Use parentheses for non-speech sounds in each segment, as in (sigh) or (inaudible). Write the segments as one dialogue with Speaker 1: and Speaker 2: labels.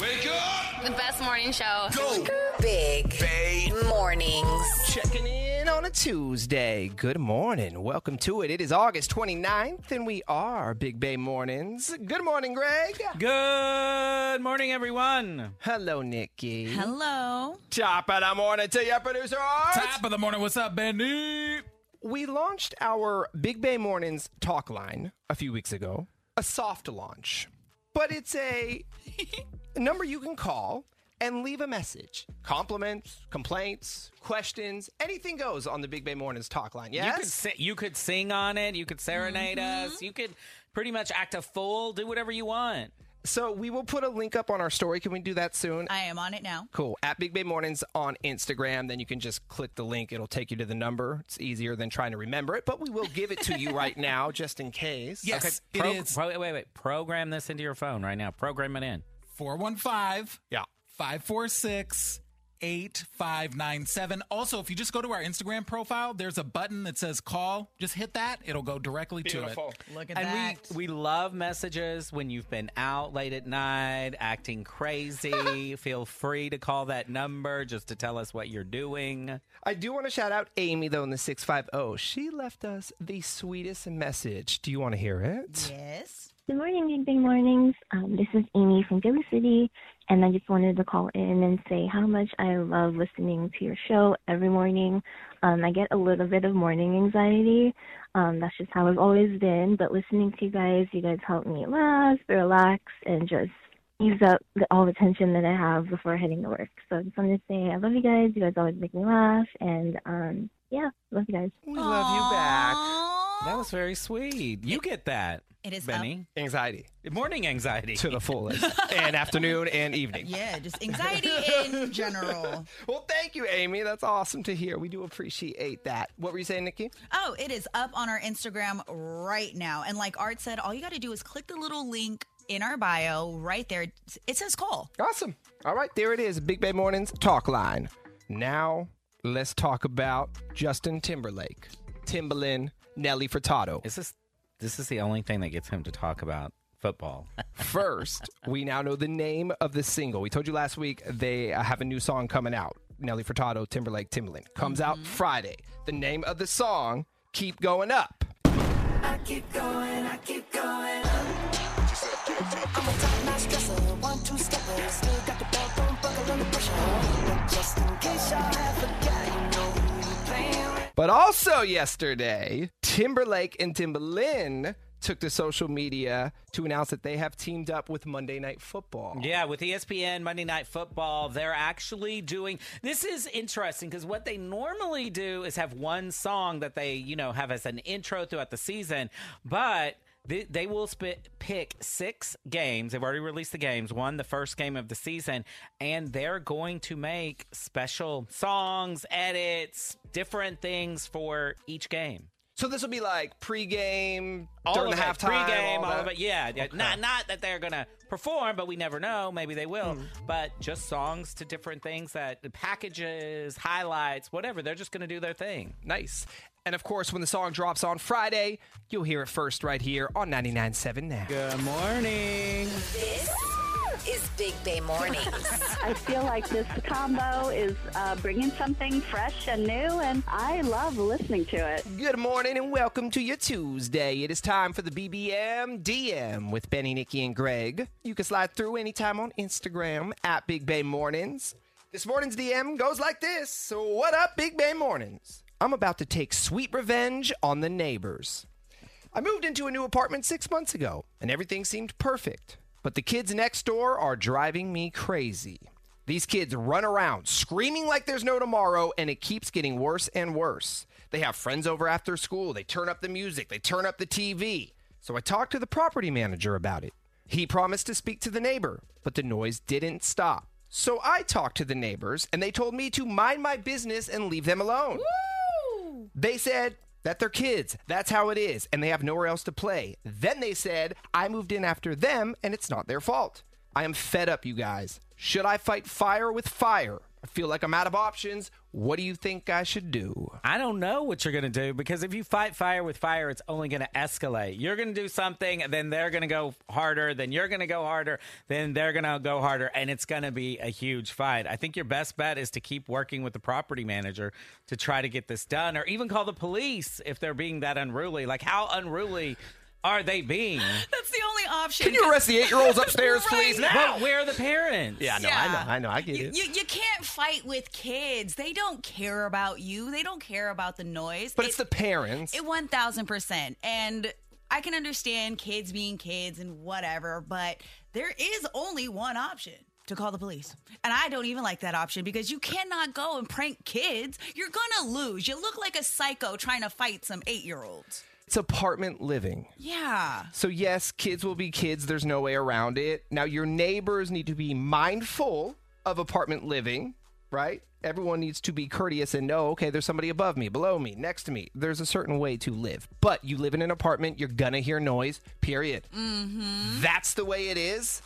Speaker 1: Wake up!
Speaker 2: The best morning show.
Speaker 1: Go!
Speaker 3: Big
Speaker 1: Bay.
Speaker 3: mornings.
Speaker 4: Checking in on a Tuesday. Good morning. Welcome to it. It is August 29th, and we are Big Bay Mornings. Good morning, Greg.
Speaker 5: Good morning, everyone.
Speaker 4: Hello, Nikki.
Speaker 6: Hello.
Speaker 4: Top of the morning to your producer, Art.
Speaker 5: Top of the morning. What's up, Benny?
Speaker 4: We launched our Big Bay Mornings talk line a few weeks ago, a soft launch, but it's
Speaker 5: (laughs)
Speaker 4: a number you can call and leave a message. Compliments, complaints, questions, anything goes on the Big Bay Mornings talk line.
Speaker 5: You could,
Speaker 4: Yes?
Speaker 5: si- you could sing on it. You could serenade
Speaker 6: Mm-hmm.
Speaker 5: us. You could pretty much act a fool. Do whatever you want.
Speaker 4: So we will put a link up on our story. Can we do that soon?
Speaker 6: I am on it now.
Speaker 4: Cool. At Big Bay Mornings on Instagram. Then you can just click the link. It'll take you to the number. It's easier than trying to remember it, but we will give it to you right now just in case.
Speaker 7: Yes,
Speaker 5: Pro-
Speaker 7: it is
Speaker 5: pro- wait, wait, wait. Program this into your phone right now. Program it in.
Speaker 7: 415
Speaker 4: Yeah.
Speaker 7: 546 8597. Also, if you just go to our Instagram profile, there's a button that says call. Just hit that, it'll go directly to it.
Speaker 6: Look at
Speaker 5: And
Speaker 6: that.
Speaker 5: we, we love messages when you've been out late at night,
Speaker 6: (laughs)
Speaker 5: acting crazy. Feel free to call that number just to tell us what you're doing.
Speaker 4: I do want to shout out Amy, though, in the 650. She left us the sweetest message. Do you want to hear it?
Speaker 6: yes.
Speaker 8: Good morning, Big Bang Mornings. Um, this is Amy from Gilly City, and I just wanted to call in and say how much I love listening to your show every morning. Um, I get a little bit of morning anxiety. Um, that's just how I've always been. But listening to you guys, you guys help me laugh, relax, and just ease up the, all the tension that I have before heading to work. So I just wanted to say I love you guys. You guys always make me laugh, and um, yeah, love you guys.
Speaker 4: We love you back.
Speaker 6: Aw.
Speaker 5: That was very sweet. You get that.
Speaker 6: It is
Speaker 5: Benny.
Speaker 4: Anxiety
Speaker 5: Morning anxiety.
Speaker 4: to the fullest, and afternoon and evening. (laughs)
Speaker 6: Yeah, just anxiety in general.
Speaker 4: Well, thank you, Amy. That's awesome to hear. We do appreciate that. What were you saying, Nikki?
Speaker 6: Oh, it is up on our Instagram right now. And like Art said, all you got to do is click the little link in our bio right there. It says call.
Speaker 4: Awesome. All right, there it is. Big Bay Mornings talk line. Now, let's talk about Justin Timberlake, Timbaland, Nelly Furtado.
Speaker 5: Is this this is the only thing that gets him to talk about football?
Speaker 4: (laughs) First, we now know the name of the single. We told you last week they uh, have a new song coming out. Nelly Furtado, Timberlake, Timbaland comes out Friday. The name of the song, Keep Going Up. But also yesterday, Timberlake and Timbaland took to social media to announce that they have teamed up with Monday Night Football.
Speaker 5: yeah, with E ESPN Monday Night Football, they're actually doing this is interesting because what they normally do is have one song that they you know have as an intro throughout the season, but. They, they will spit, pick six games. They've already released the games. One, the first game of the season, and they're going to make special songs, edits, different things for each game.
Speaker 4: So this will be like pregame,
Speaker 5: all
Speaker 4: during
Speaker 5: of
Speaker 4: the
Speaker 5: it,
Speaker 4: halftime,
Speaker 5: pregame, all,
Speaker 4: all
Speaker 5: of
Speaker 4: that.
Speaker 5: it. Yeah, yeah. not not that they're gonna perform, but we never know. Maybe they will.
Speaker 4: Hmm.
Speaker 5: But just songs to different things that packages, highlights, whatever. They're just gonna do their thing.
Speaker 4: Nice. And of course, when the song drops on Friday, you'll hear it first right here on 99.7 now.
Speaker 5: Good morning.
Speaker 3: This is Big Bay Mornings. (laughs)
Speaker 9: I feel like this combo is uh, bringing something fresh and new, and I love listening to it.
Speaker 4: Good morning and welcome to your Tuesday. It is time for the BBM DM with Benny, Nikki, and Greg. You can slide through anytime on Instagram at Big Bay Mornings. This morning's DM goes like this So, what up, Big Bay Mornings? I'm about to take sweet revenge on the neighbors. I moved into a new apartment six months ago, and everything seemed perfect. But the kids next door are driving me crazy. These kids run around screaming like there's no tomorrow, and it keeps getting worse and worse. They have friends over after school, they turn up the music, they turn up the TV. So I talked to the property manager about it. He promised to speak to the neighbor, but the noise didn't stop. So I talked to the neighbors, and they told me to mind my business and leave them alone. They said that they're kids. That's how it is. And they have nowhere else to play. Then they said, I moved in after them and it's not their fault. I am fed up, you guys. Should I fight fire with fire? I feel like I'm out of options. What do you think I should do?
Speaker 5: I don't know what you're going to do because if you fight fire with fire, it's only going to escalate. You're going to do something, and then they're going to go harder, then you're going to go harder, then they're going to go harder, and it's going to be a huge fight. I think your best bet is to keep working with the property manager to try to get this done, or even call the police if they're being that unruly. Like, how unruly are they being?
Speaker 6: That's the only option.
Speaker 4: Can you arrest the eight-year-olds (laughs) upstairs, please?
Speaker 6: Right.
Speaker 4: Now?
Speaker 5: But where are the parents?
Speaker 4: Yeah, no,
Speaker 6: Yeah.
Speaker 4: I know, I know, I get
Speaker 6: You,
Speaker 4: it.
Speaker 6: you, you can't fight with kids. They don't care about you. They don't care about the noise.
Speaker 4: but
Speaker 6: It-
Speaker 4: it's the parents.
Speaker 6: It one thousand percent, and I can understand kids being kids and whatever, but there is only one option to call the police, and I don't even like that option because you cannot go and prank kids. You're gonna lose. You look like a psycho trying to fight some eight year olds.
Speaker 4: it's apartment living.
Speaker 6: Yeah,
Speaker 4: So, yes, kids will be kids. There's no way around it. Now, your neighbors need to be mindful of apartment living, right? Everyone needs to be courteous and know, okay, there's somebody above me, below me, next to me. There's a certain way to live. But you live in an apartment, you're going to hear noise, period. That's the way it is.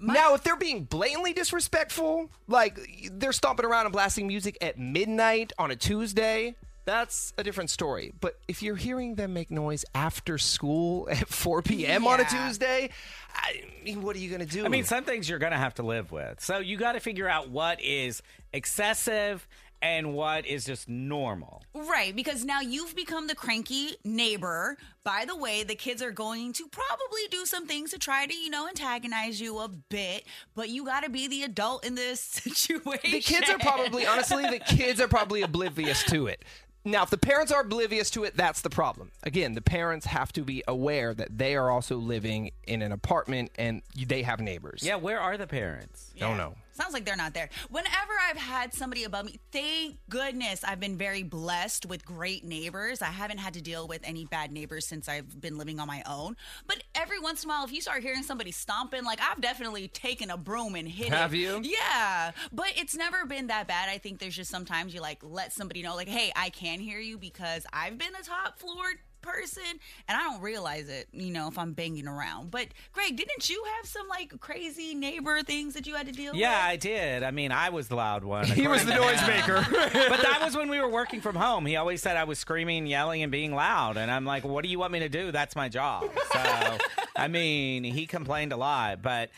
Speaker 4: now, if they're being blatantly disrespectful, like they're stomping around and blasting music at midnight on a Tuesday, that's a different story. But if you're hearing them make noise after school (laughs) at 4 p.m. on a
Speaker 6: Yeah.
Speaker 4: Tuesday, I mean, what are you going to do?
Speaker 5: I mean, some things you're going to have to live with. So you got to figure out what is excessive and what is just normal.
Speaker 6: right. Because now you've become the cranky neighbor. By the way, the kids are going to probably do some things to try to, you know, antagonize you a bit, but you got to be the adult in this (laughs) situation.
Speaker 5: (laughs)
Speaker 4: the kids are probably, honestly, the kids are probably oblivious to it. Now, if the parents are oblivious to it, that's the problem. Again, the parents have to be aware that they are also living in an apartment and they have neighbors.
Speaker 5: Yeah, where are the parents?
Speaker 4: Don't know.
Speaker 6: Sounds like they're not there. Whenever I've had somebody above me, thank goodness I've been very blessed with great neighbors. I haven't had to deal with any bad neighbors since I've been living on my own. But every once in a while, if you start hearing somebody stomping, like I've definitely taken a broom and hit it.
Speaker 4: Have you?
Speaker 6: Yeah. But it's never been that bad. I think there's just sometimes you like let somebody know, like, hey, I can hear you because I've been a top floor person and I don't realize it, you know, if I'm banging around. But Greg, didn't you have some like crazy neighbor things that you had to deal with?
Speaker 5: Yeah, I did. I mean, I was the loud one.
Speaker 4: He was the noisemaker.
Speaker 5: but that was when we were working from home. He always said I was screaming, yelling, and being loud. And I'm like, what do you want me to do? That's my job. So, I mean, he complained a lot, but.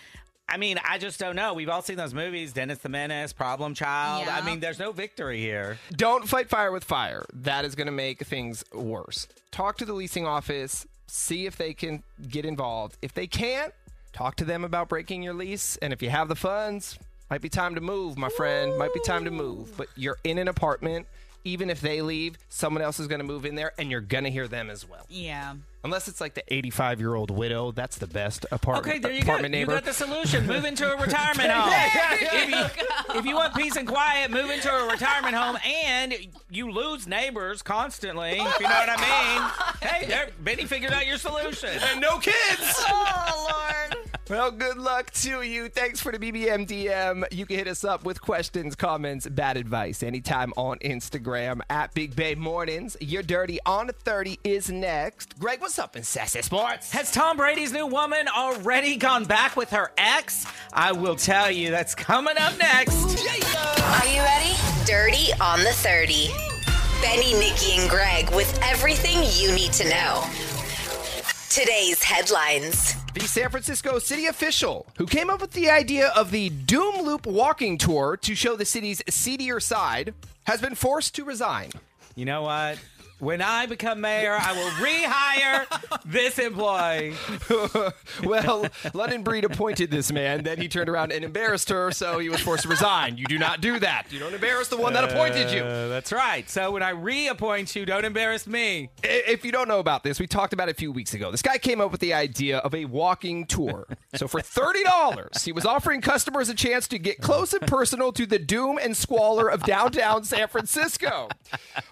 Speaker 5: I mean, I just don't know. We've all seen those movies, Dennis the Menace, Problem Child.
Speaker 6: Yeah.
Speaker 5: I mean, there's no victory here.
Speaker 4: Don't fight fire with fire. That is going to make things worse. Talk to the leasing office, see if they can get involved. If they can't, talk to them about breaking your lease. And if you have the funds, might be time to move, my friend. Might be time to move. But you're in an apartment. Even if they leave, someone else is going to move in there and you're going to hear them as well.
Speaker 6: Yeah.
Speaker 4: Unless it's like the 85 year old widow. That's the best apartment,
Speaker 5: Okay, there you
Speaker 4: apartment
Speaker 5: go.
Speaker 4: neighbor.
Speaker 5: You got the solution. Move into a (laughs) retirement home. if, you, if you want peace and quiet, move into a retirement home, and you lose neighbors constantly. If you know what I mean. Hey, there, Benny figured out your solution.
Speaker 4: and no kids!
Speaker 6: Oh Lord.
Speaker 4: Well, good luck to you. Thanks for the BBM DM. You can hit us up with questions, comments, bad advice anytime on Instagram at Big Bay Mornings. Your Dirty on 30 is next. Greg, what's up in Sassy Sports?
Speaker 5: Has Tom Brady's new woman already gone back with her ex? I will tell you. That's coming up next.
Speaker 3: Are you ready? Dirty on the 30. Benny, Nikki, and Greg with everything you need to know. Today's headlines.
Speaker 4: The San Francisco city official who came up with the idea of the Doom Loop walking tour to show the city's seedier side has been forced to resign.
Speaker 5: You know what? When I become mayor, I will rehire this employee.
Speaker 4: Well, London Breed appointed this man, then he turned around and embarrassed her, so he was forced to resign. You do not do that. You don't embarrass the one that appointed you.
Speaker 5: Uh, that's right. So when I reappoint you, don't embarrass me.
Speaker 4: I- if you don't know about this, we talked about it a few weeks ago. This guy came up with the idea of a walking tour. So for $30, he was offering customers a chance to get close and personal to the doom and squalor of downtown San Francisco.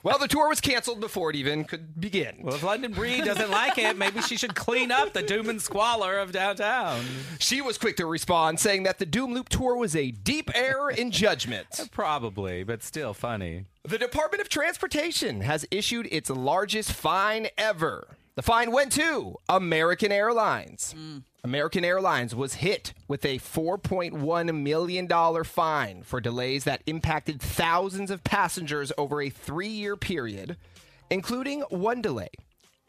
Speaker 4: Well, the tour was canceled before it even could begin.
Speaker 5: Well, if London Breed doesn't like it, maybe she should clean up the doom and squalor of downtown.
Speaker 4: She was quick to respond, saying that the Doom Loop tour was a deep error in judgment.
Speaker 5: Probably, but still funny.
Speaker 4: The Department of Transportation has issued its largest fine ever. The fine went to American Airlines.
Speaker 5: Mm.
Speaker 4: American Airlines was hit with a $4.1 million fine for delays that impacted thousands of passengers over a three year period, including one delay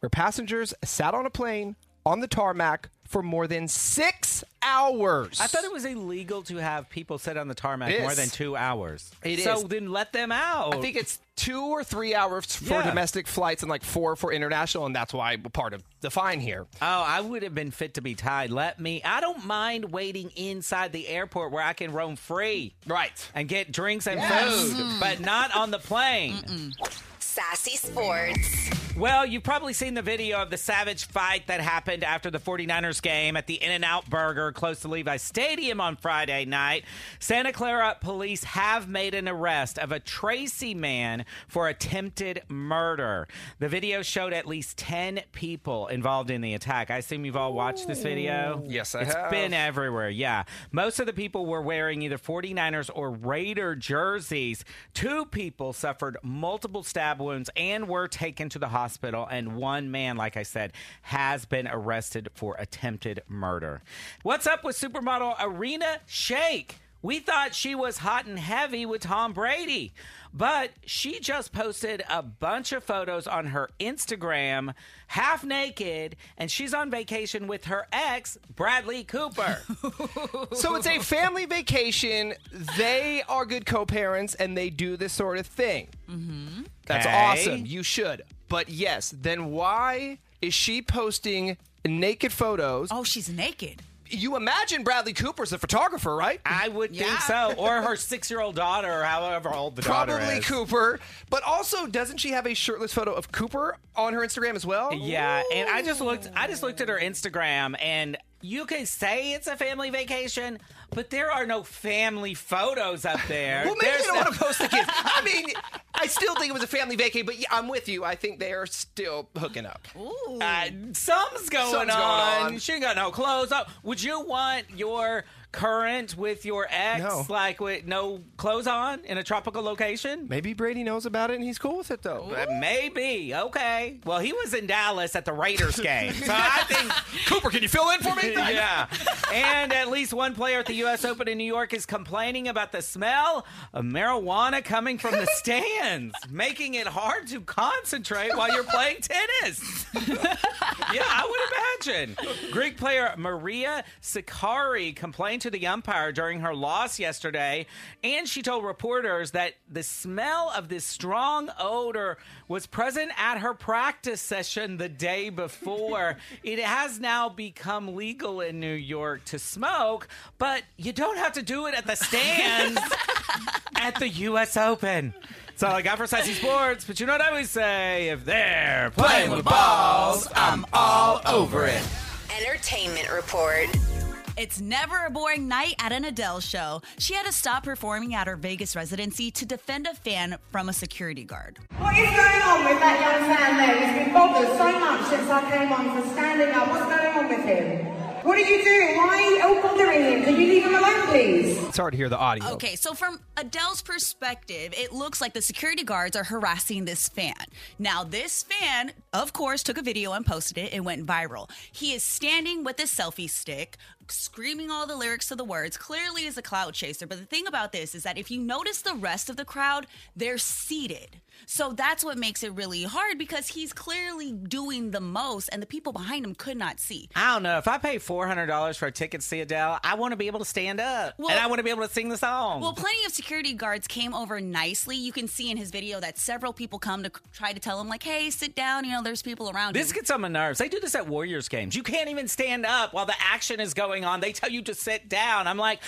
Speaker 4: where passengers sat on a plane on the tarmac for more than six hours.
Speaker 5: I thought it was illegal to have people sit on the tarmac
Speaker 4: It
Speaker 5: more
Speaker 4: is.
Speaker 5: than two hours.
Speaker 4: It
Speaker 5: so
Speaker 4: is.
Speaker 5: then let them out.
Speaker 4: I think it's two or three hours for
Speaker 5: Yeah.
Speaker 4: domestic flights and like four for international, and that's why part of the fine here.
Speaker 5: Oh, I would have been fit to be tied. Let me. I don't mind waiting inside the airport where I can roam free
Speaker 4: Right.
Speaker 5: and get drinks and
Speaker 4: Yes.
Speaker 5: food, but not on the plane.
Speaker 3: Sassy Sports.
Speaker 5: Well, you've probably seen the video of the savage fight that happened after the 49ers game at the In N Out Burger close to Levi Stadium on Friday night. Santa Clara police have made an arrest of a Tracy man for attempted murder. The video showed at least 10 people involved in the attack. I assume you've all watched this video.
Speaker 4: Yes, I
Speaker 5: It's
Speaker 4: have.
Speaker 5: been everywhere. Yeah. Most of the people were wearing either 49ers or Raider jerseys. Two people suffered multiple stab wounds and were taken to the hospital. And one man, like I said, has been arrested for attempted murder. What's up with supermodel Arena Shake? We thought she was hot and heavy with Tom Brady, but she just posted a bunch of photos on her Instagram, half naked, and she's on vacation with her ex,
Speaker 4: (laughs)
Speaker 5: Bradley Cooper.
Speaker 4: So it's
Speaker 5: (laughs)
Speaker 4: a family vacation. They are good co parents and they do this sort of thing. Mm-hmm. That's
Speaker 5: Okay.
Speaker 4: awesome. You should. But yes, then why is she posting naked photos?
Speaker 6: Oh, she's naked.
Speaker 4: You imagine Bradley Cooper's a photographer, right?
Speaker 5: I would think so. Or her six year old daughter, or however old the daughter
Speaker 4: Probably
Speaker 5: is.
Speaker 4: Cooper. But also, doesn't she have a shirtless photo of Cooper on her Instagram as well?
Speaker 5: Yeah, and I just looked I just looked at her Instagram and you can say it's a family vacation, but there are no family photos up there.
Speaker 4: Well, maybe
Speaker 5: There's
Speaker 4: they don't
Speaker 5: no-
Speaker 4: want to post (laughs) the kids. I mean, I still think it was a family vacation, but yeah, I'm with you. I think they are still hooking up.
Speaker 6: Ooh.
Speaker 5: Uh, something's
Speaker 4: Something's
Speaker 5: going,
Speaker 4: going
Speaker 5: on.
Speaker 4: on.
Speaker 5: She ain't got no clothes on. Would you want your current with your ex,
Speaker 4: No.
Speaker 5: like with no clothes on in a tropical location?
Speaker 4: Maybe Brady knows about it and he's cool with it, though.
Speaker 5: Uh, Maybe. Okay. Well, he was in Dallas at
Speaker 4: (laughs)
Speaker 5: the Raiders game. So I think.
Speaker 4: Cooper, can you fill in for me?
Speaker 5: (laughs) yeah. And at least one player at the U.S. Open in New York is complaining about the smell of marijuana coming
Speaker 4: (laughs)
Speaker 5: from the stands, making it hard to concentrate while you're playing tennis. yeah, I would imagine. Greek player Maria Sikari complained to the umpire during her loss yesterday, and she told reporters that the smell of this strong odor was present at her practice session the day before. it has now become legal in New York to smoke, but you don't have to do it at the stands at the U.S. Open. That's all I got for Sassy Sports, but you know what I always say if they're playing with balls, I'm all over it.
Speaker 3: Entertainment Report.
Speaker 6: It's never a boring night at an Adele show. She had to stop performing at her Vegas residency to defend a fan from a security guard.
Speaker 1: What is going on with that young man there? He's been bothered so much since I came on for standing up. What's going on with him? What are you doing? Why are you all bothering him? Can you leave him alone, please?
Speaker 4: It's hard to hear the audio.
Speaker 6: Okay, so from Adele's perspective, it looks like the security guards are harassing this fan. Now, this fan, of course, took a video and posted it. It went viral. He is standing with his selfie stick, screaming all the lyrics to the words. Clearly is a cloud chaser. But the thing about this is that if you notice the rest of the crowd, they're seated. So that's what makes it really hard because he's clearly doing the most and the people behind him could not see.
Speaker 5: I don't know. If I pay four hundred dollars for a ticket to see Adele, I want to be able to stand up and I want to be able to sing the song.
Speaker 6: Well, plenty of security guards came over nicely. You can see in his video that several people come to c- try to tell him, like, hey, sit down. You know, there's people around
Speaker 5: this
Speaker 6: you.
Speaker 5: gets on my nerves. They do this at Warriors games. You can't even stand up while the action is going on. They tell you to sit down. I'm like,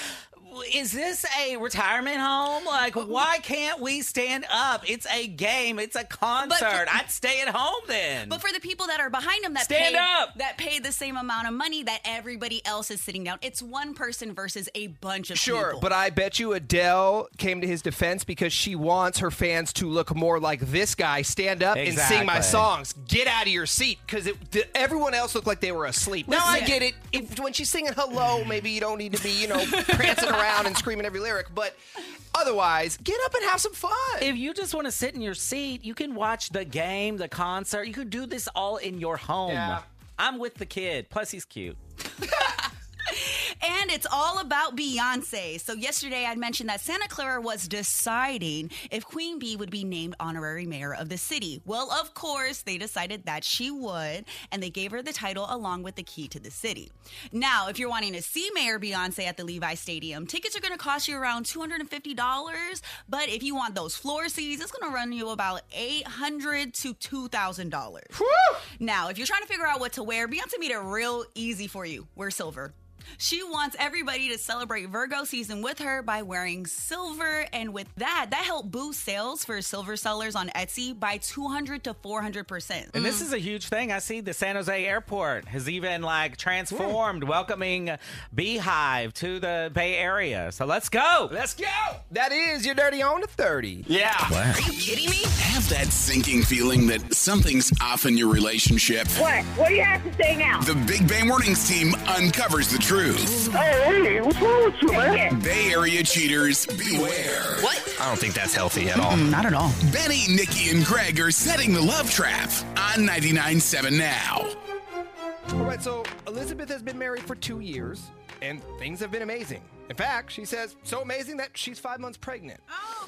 Speaker 5: is this a retirement home? Like, why can't we stand up? It's a game. It's a concert. I'd stay at home then.
Speaker 6: but for the people that are behind him that
Speaker 5: Stand
Speaker 6: paid,
Speaker 5: up!
Speaker 6: that paid the same amount of money that everybody else is sitting down, it's one person versus a bunch of
Speaker 4: Sure,
Speaker 6: people.
Speaker 4: but I bet you Adele came to his defense because she wants her fans to look more like this guy, stand up and sing my
Speaker 5: Exactly.
Speaker 4: songs. Get out of your seat because everyone else looked like they were asleep. Now I (laughs)
Speaker 6: Listen.
Speaker 4: get it. If, when she's singing "Hello," maybe you don't need to be, you know, prancing around and screaming every lyric. But otherwise, get up and have some fun.
Speaker 5: If you just want to sit in your seat, you can watch the game, the concert. You can do this all in your home.
Speaker 4: Yeah.
Speaker 5: I'm with the kid. Plus, he's cute.
Speaker 6: And it's all about Beyonce. So, yesterday I mentioned that Santa Clara was deciding if Queen Bee would be named honorary mayor of the city. Well, of course, they decided that she would, and they gave her the title along with the key to the city. Now, if you're wanting to see Mayor Beyonce at the Levi Stadium, tickets are going to cost you around $250. But if you want those floor seats, it's going to run you about $800 to $2,000. Now, if you're trying to figure out what to wear, Beyonce made it real easy for you. Wear silver. She wants everybody to celebrate Virgo season with her by wearing silver. And with that, that helped boost sales for silver sellers on Etsy by 200 to 400%.
Speaker 5: And this is a huge thing. I see the San Jose airport has even like transformed, welcoming Beehive to the Bay Area. So let's go.
Speaker 4: Let's go. That is your dirty on to 30.
Speaker 5: Yeah.
Speaker 3: Are you kidding me?
Speaker 2: Have that sinking feeling that something's off in your relationship.
Speaker 9: What? What do you have to say now?
Speaker 2: The Big Bang Mornings team uncovers the truth.
Speaker 9: Hey, what's wrong with you, man?
Speaker 2: Bay Area cheaters, beware.
Speaker 3: What?
Speaker 4: I don't think that's healthy at all.
Speaker 6: Not at all.
Speaker 2: Benny, Nikki, and Greg are setting the love trap on 99.7 now.
Speaker 4: All right, so Elizabeth has been married for two years, and things have been amazing. In fact, she says so amazing that she's five months pregnant.
Speaker 6: Oh,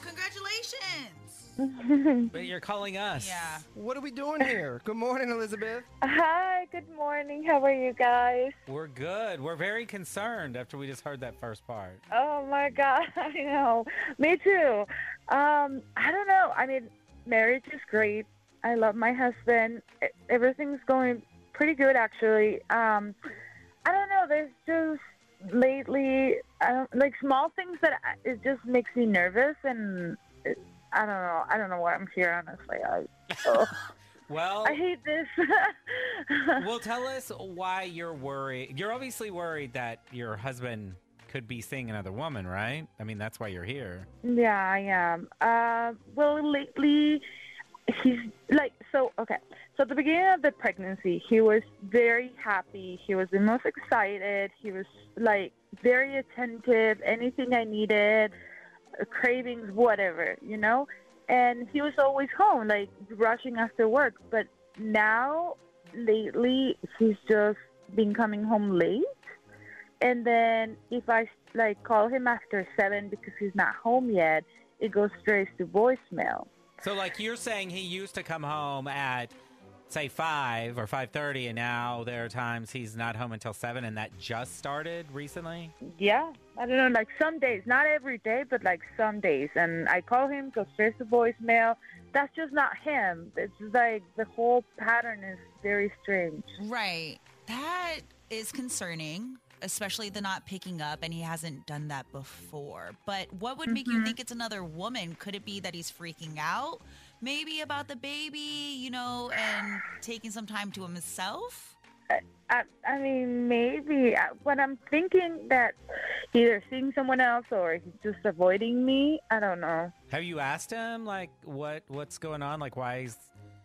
Speaker 6: congratulations.
Speaker 5: But you're calling us.
Speaker 6: Yeah.
Speaker 4: What are we doing here? Good morning, Elizabeth.
Speaker 10: Hi, good morning. How are you guys?
Speaker 5: We're good. We're very concerned after we just heard that first part.
Speaker 8: Uh,
Speaker 10: Oh my god, (laughs) I know. Me too. Um, I don't know. I mean, marriage is great. I love my husband. E- Everything's going pretty good actually. Um, I don't know. There's just lately, I don't like small things that I, it just makes me nervous, and it, I don't know. I don't know why I'm here. Honestly,
Speaker 9: (laughs)
Speaker 10: I ugh.
Speaker 5: Well,
Speaker 10: I (laughs) hate this.
Speaker 5: well, tell us why you're worried. You're obviously worried that your husband could be seeing another woman, right? I mean, that's why you're here.
Speaker 10: Yeah, I am. Uh, well, lately, he's like, so, okay. So, at the beginning of the pregnancy, he was very happy. He was the most excited. He was like very attentive, anything I needed, uh, cravings, whatever, you know? And he was always home, like rushing after work. But now, lately, he's just been coming home late and then if I like call him after seven because he's not home yet, it goes straight to voicemail.
Speaker 5: So, like, you're saying he used to come home at say five or five thirty, and now there are times he's not home until seven, and that just started recently.
Speaker 10: Yeah, I don't know, like some days, not every day, but like some days, and I call him, goes straight to voicemail. That's just not him. It's just like the whole pattern is very strange.
Speaker 6: Right. That is concerning, especially the not picking up, and he hasn't done that before. But what would make you think it's another woman? Could it be that he's freaking out? Maybe about the baby, you know, and taking some time to himself?
Speaker 10: I, I mean, maybe. I- But I'm thinking that either seeing someone else or he's just avoiding me. I don't know.
Speaker 5: Have you asked him like what what's going on? Like why he's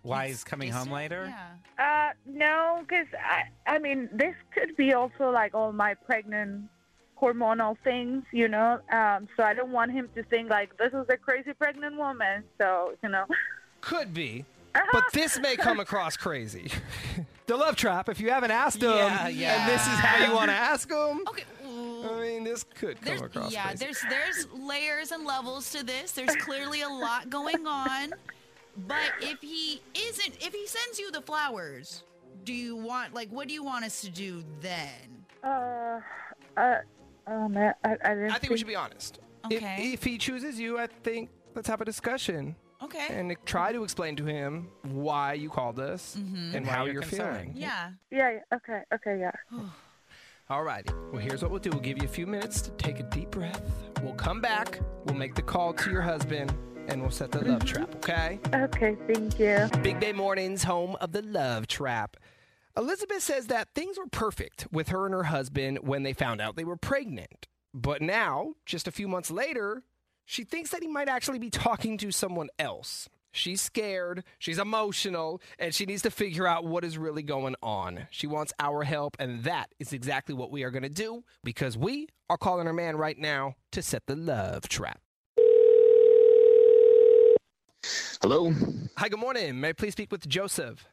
Speaker 5: why he's coming home
Speaker 6: Distant?
Speaker 5: later?
Speaker 6: Yeah.
Speaker 10: Uh, no, because I, I mean, this could be also like all my pregnant hormonal things, you know. Um, so I don't want him to think like this is a crazy pregnant woman. So you know,
Speaker 4: Could be,
Speaker 6: Uh-huh.
Speaker 4: but this may come across crazy. (laughs) the love trap, if you haven't asked them,
Speaker 5: Yeah, yeah.
Speaker 4: and this is how you want to ask them.
Speaker 6: Okay. ooh.
Speaker 4: I mean, this could come
Speaker 6: There's,
Speaker 4: across
Speaker 6: yeah,
Speaker 4: crazy.
Speaker 6: there's there's layers and levels to this. There's clearly a lot going on. But if he isn't, if he sends you the flowers, do you want like what do you want us to do then?
Speaker 10: uh, uh, oh man, I, I didn't.
Speaker 4: I think we should be honest. If-
Speaker 6: Okay.
Speaker 4: If, he chooses you, I think let's have a discussion
Speaker 6: Okay.
Speaker 4: and try to explain to him why you called us and
Speaker 5: Why
Speaker 4: how
Speaker 5: you're
Speaker 4: you're
Speaker 5: concerned.
Speaker 4: feeling.
Speaker 6: Mm-hmm. (laughs) yeah.
Speaker 10: Yeah. yeah, Okay. Okay. Yeah.
Speaker 4: All righty. Well, here's what we'll do. We'll give you a few minutes to take a deep breath. We'll come back. We'll make the call to your husband, and we'll set the love trap. Okay.
Speaker 10: Okay. Thank you.
Speaker 4: Big Bay Mornings, home of the love trap. Elizabeth says that things were perfect with her and her husband when they found out they were pregnant. But now, just a few months later, she thinks that he might actually be talking to someone else. She's scared, she's emotional, and she needs to figure out what is really going on. She wants our help, and that is exactly what we are going to do because we are calling her man right now to set the love trap.
Speaker 11: Hello,
Speaker 4: Hi, good morning. May I please speak with Joseph?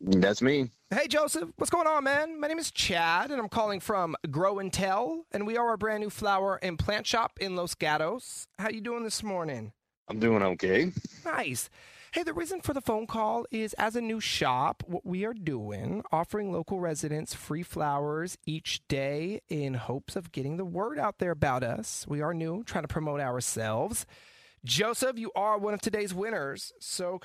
Speaker 11: that's me.
Speaker 4: Hey, Joseph, what's going on, man? My name is Chad, and I'm calling from Grow and Tell, and we are a brand new flower and plant shop in Los Gatos. How you doing this morning?
Speaker 11: I'm doing okay.
Speaker 4: Nice. Hey, the reason for the phone call is as a new shop, what we are doing, offering local residents free flowers each day in hopes of getting the word out there about us. We are new, trying to promote ourselves. Joseph, you are one of today's winners, so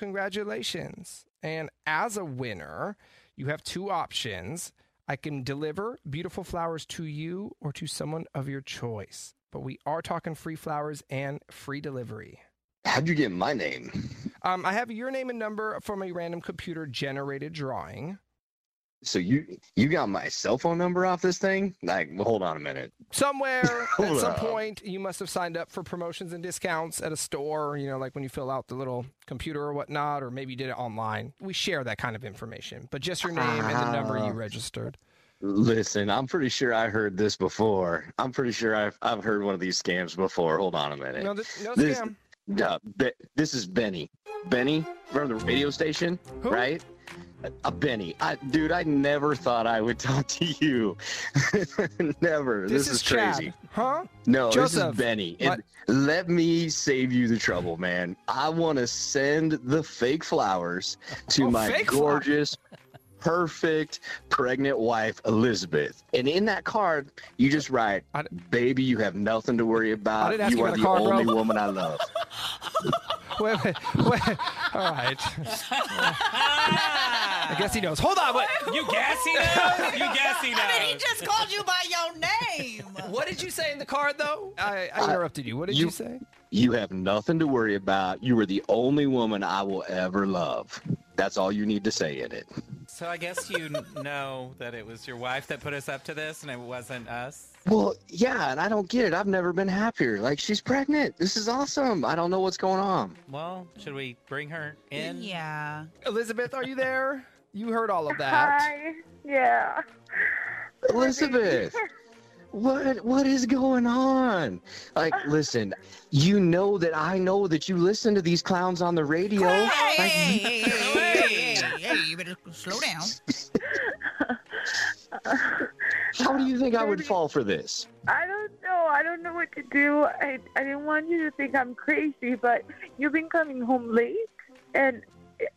Speaker 4: congratulations. And as a winner, you have two options. I can deliver beautiful flowers to you or to someone of your choice. But we are talking free flowers and free delivery.
Speaker 11: How'd you get my name?
Speaker 4: Um, I have your name and number from a random computer generated drawing.
Speaker 11: So you you got my cell phone number off this thing? Like, well, hold on a minute.
Speaker 4: Somewhere at
Speaker 11: (laughs) Hold
Speaker 4: some
Speaker 11: up.
Speaker 4: point, you must have signed up for promotions and discounts at a store, you know, like when you fill out the little computer or whatnot, or maybe you did it online. We share that kind of information, but just your name and the number you
Speaker 11: Ah.
Speaker 4: registered.
Speaker 11: Listen, I'm pretty sure I heard this before. I'm pretty sure I've I've heard one of these scams before. Hold on a minute.
Speaker 4: No, th- no
Speaker 11: This-
Speaker 4: scam.
Speaker 11: No, Be- this is Benny. Benny from the radio station,
Speaker 4: Who?
Speaker 11: right? Uh, Benny, I, dude, I never thought I would (laughs) talk to you. never. er, This,
Speaker 4: This,
Speaker 11: is,
Speaker 4: Chad,
Speaker 11: crazy.
Speaker 4: Huh?
Speaker 11: No, this
Speaker 4: Joseph,
Speaker 11: is Benny.
Speaker 4: what-
Speaker 11: And let me save you the trouble, man. I want to send the fake flowers to
Speaker 4: Oh,
Speaker 11: my
Speaker 4: fake flowers.
Speaker 11: gorgeous, perfect pregnant wife, Elizabeth. And in that card, you just write,
Speaker 4: I-
Speaker 11: "Baby, you have nothing to worry
Speaker 4: I
Speaker 11: about.
Speaker 4: didn't ask you
Speaker 11: Uh, are
Speaker 4: about
Speaker 11: the
Speaker 4: a card, bro."
Speaker 11: only woman I love."
Speaker 4: (laughs) Wait, wait, wait. All right. I guess he knows. Hold on. Wait.
Speaker 5: Ah! You guess he knows. You guess he knows.
Speaker 6: (laughs) I mean, he just called you by your name.
Speaker 4: What did you say in the card, though? I, I interrupted you. What did
Speaker 11: Uh, you-
Speaker 4: you say?
Speaker 11: You have nothing to worry about. You are the only woman I will ever love. That's all you need to say in it.
Speaker 5: So I guess you n- know that it was your wife that put us up to this, and it wasn't us.
Speaker 11: Well, yeah, and I don't get it. I've never been happier. Like she's pregnant. This is awesome. I don't know what's going on.
Speaker 5: Well, should we bring her in?
Speaker 6: Yeah.
Speaker 4: Elizabeth, are you there? You heard all of that.
Speaker 10: Hi. Yeah.
Speaker 11: Elizabeth, what what is going on? Like, listen, you know that I know that you listen to these clowns on the radio.
Speaker 6: Hey,
Speaker 11: Like,
Speaker 6: hey, hey, hey, hey, hey, hey, hey, you better slow down.
Speaker 11: how do you think I would fall for this?
Speaker 10: uh, I don't know. I don't know what to do. I, I didn't want you to think I'm crazy, but you've been coming home late, and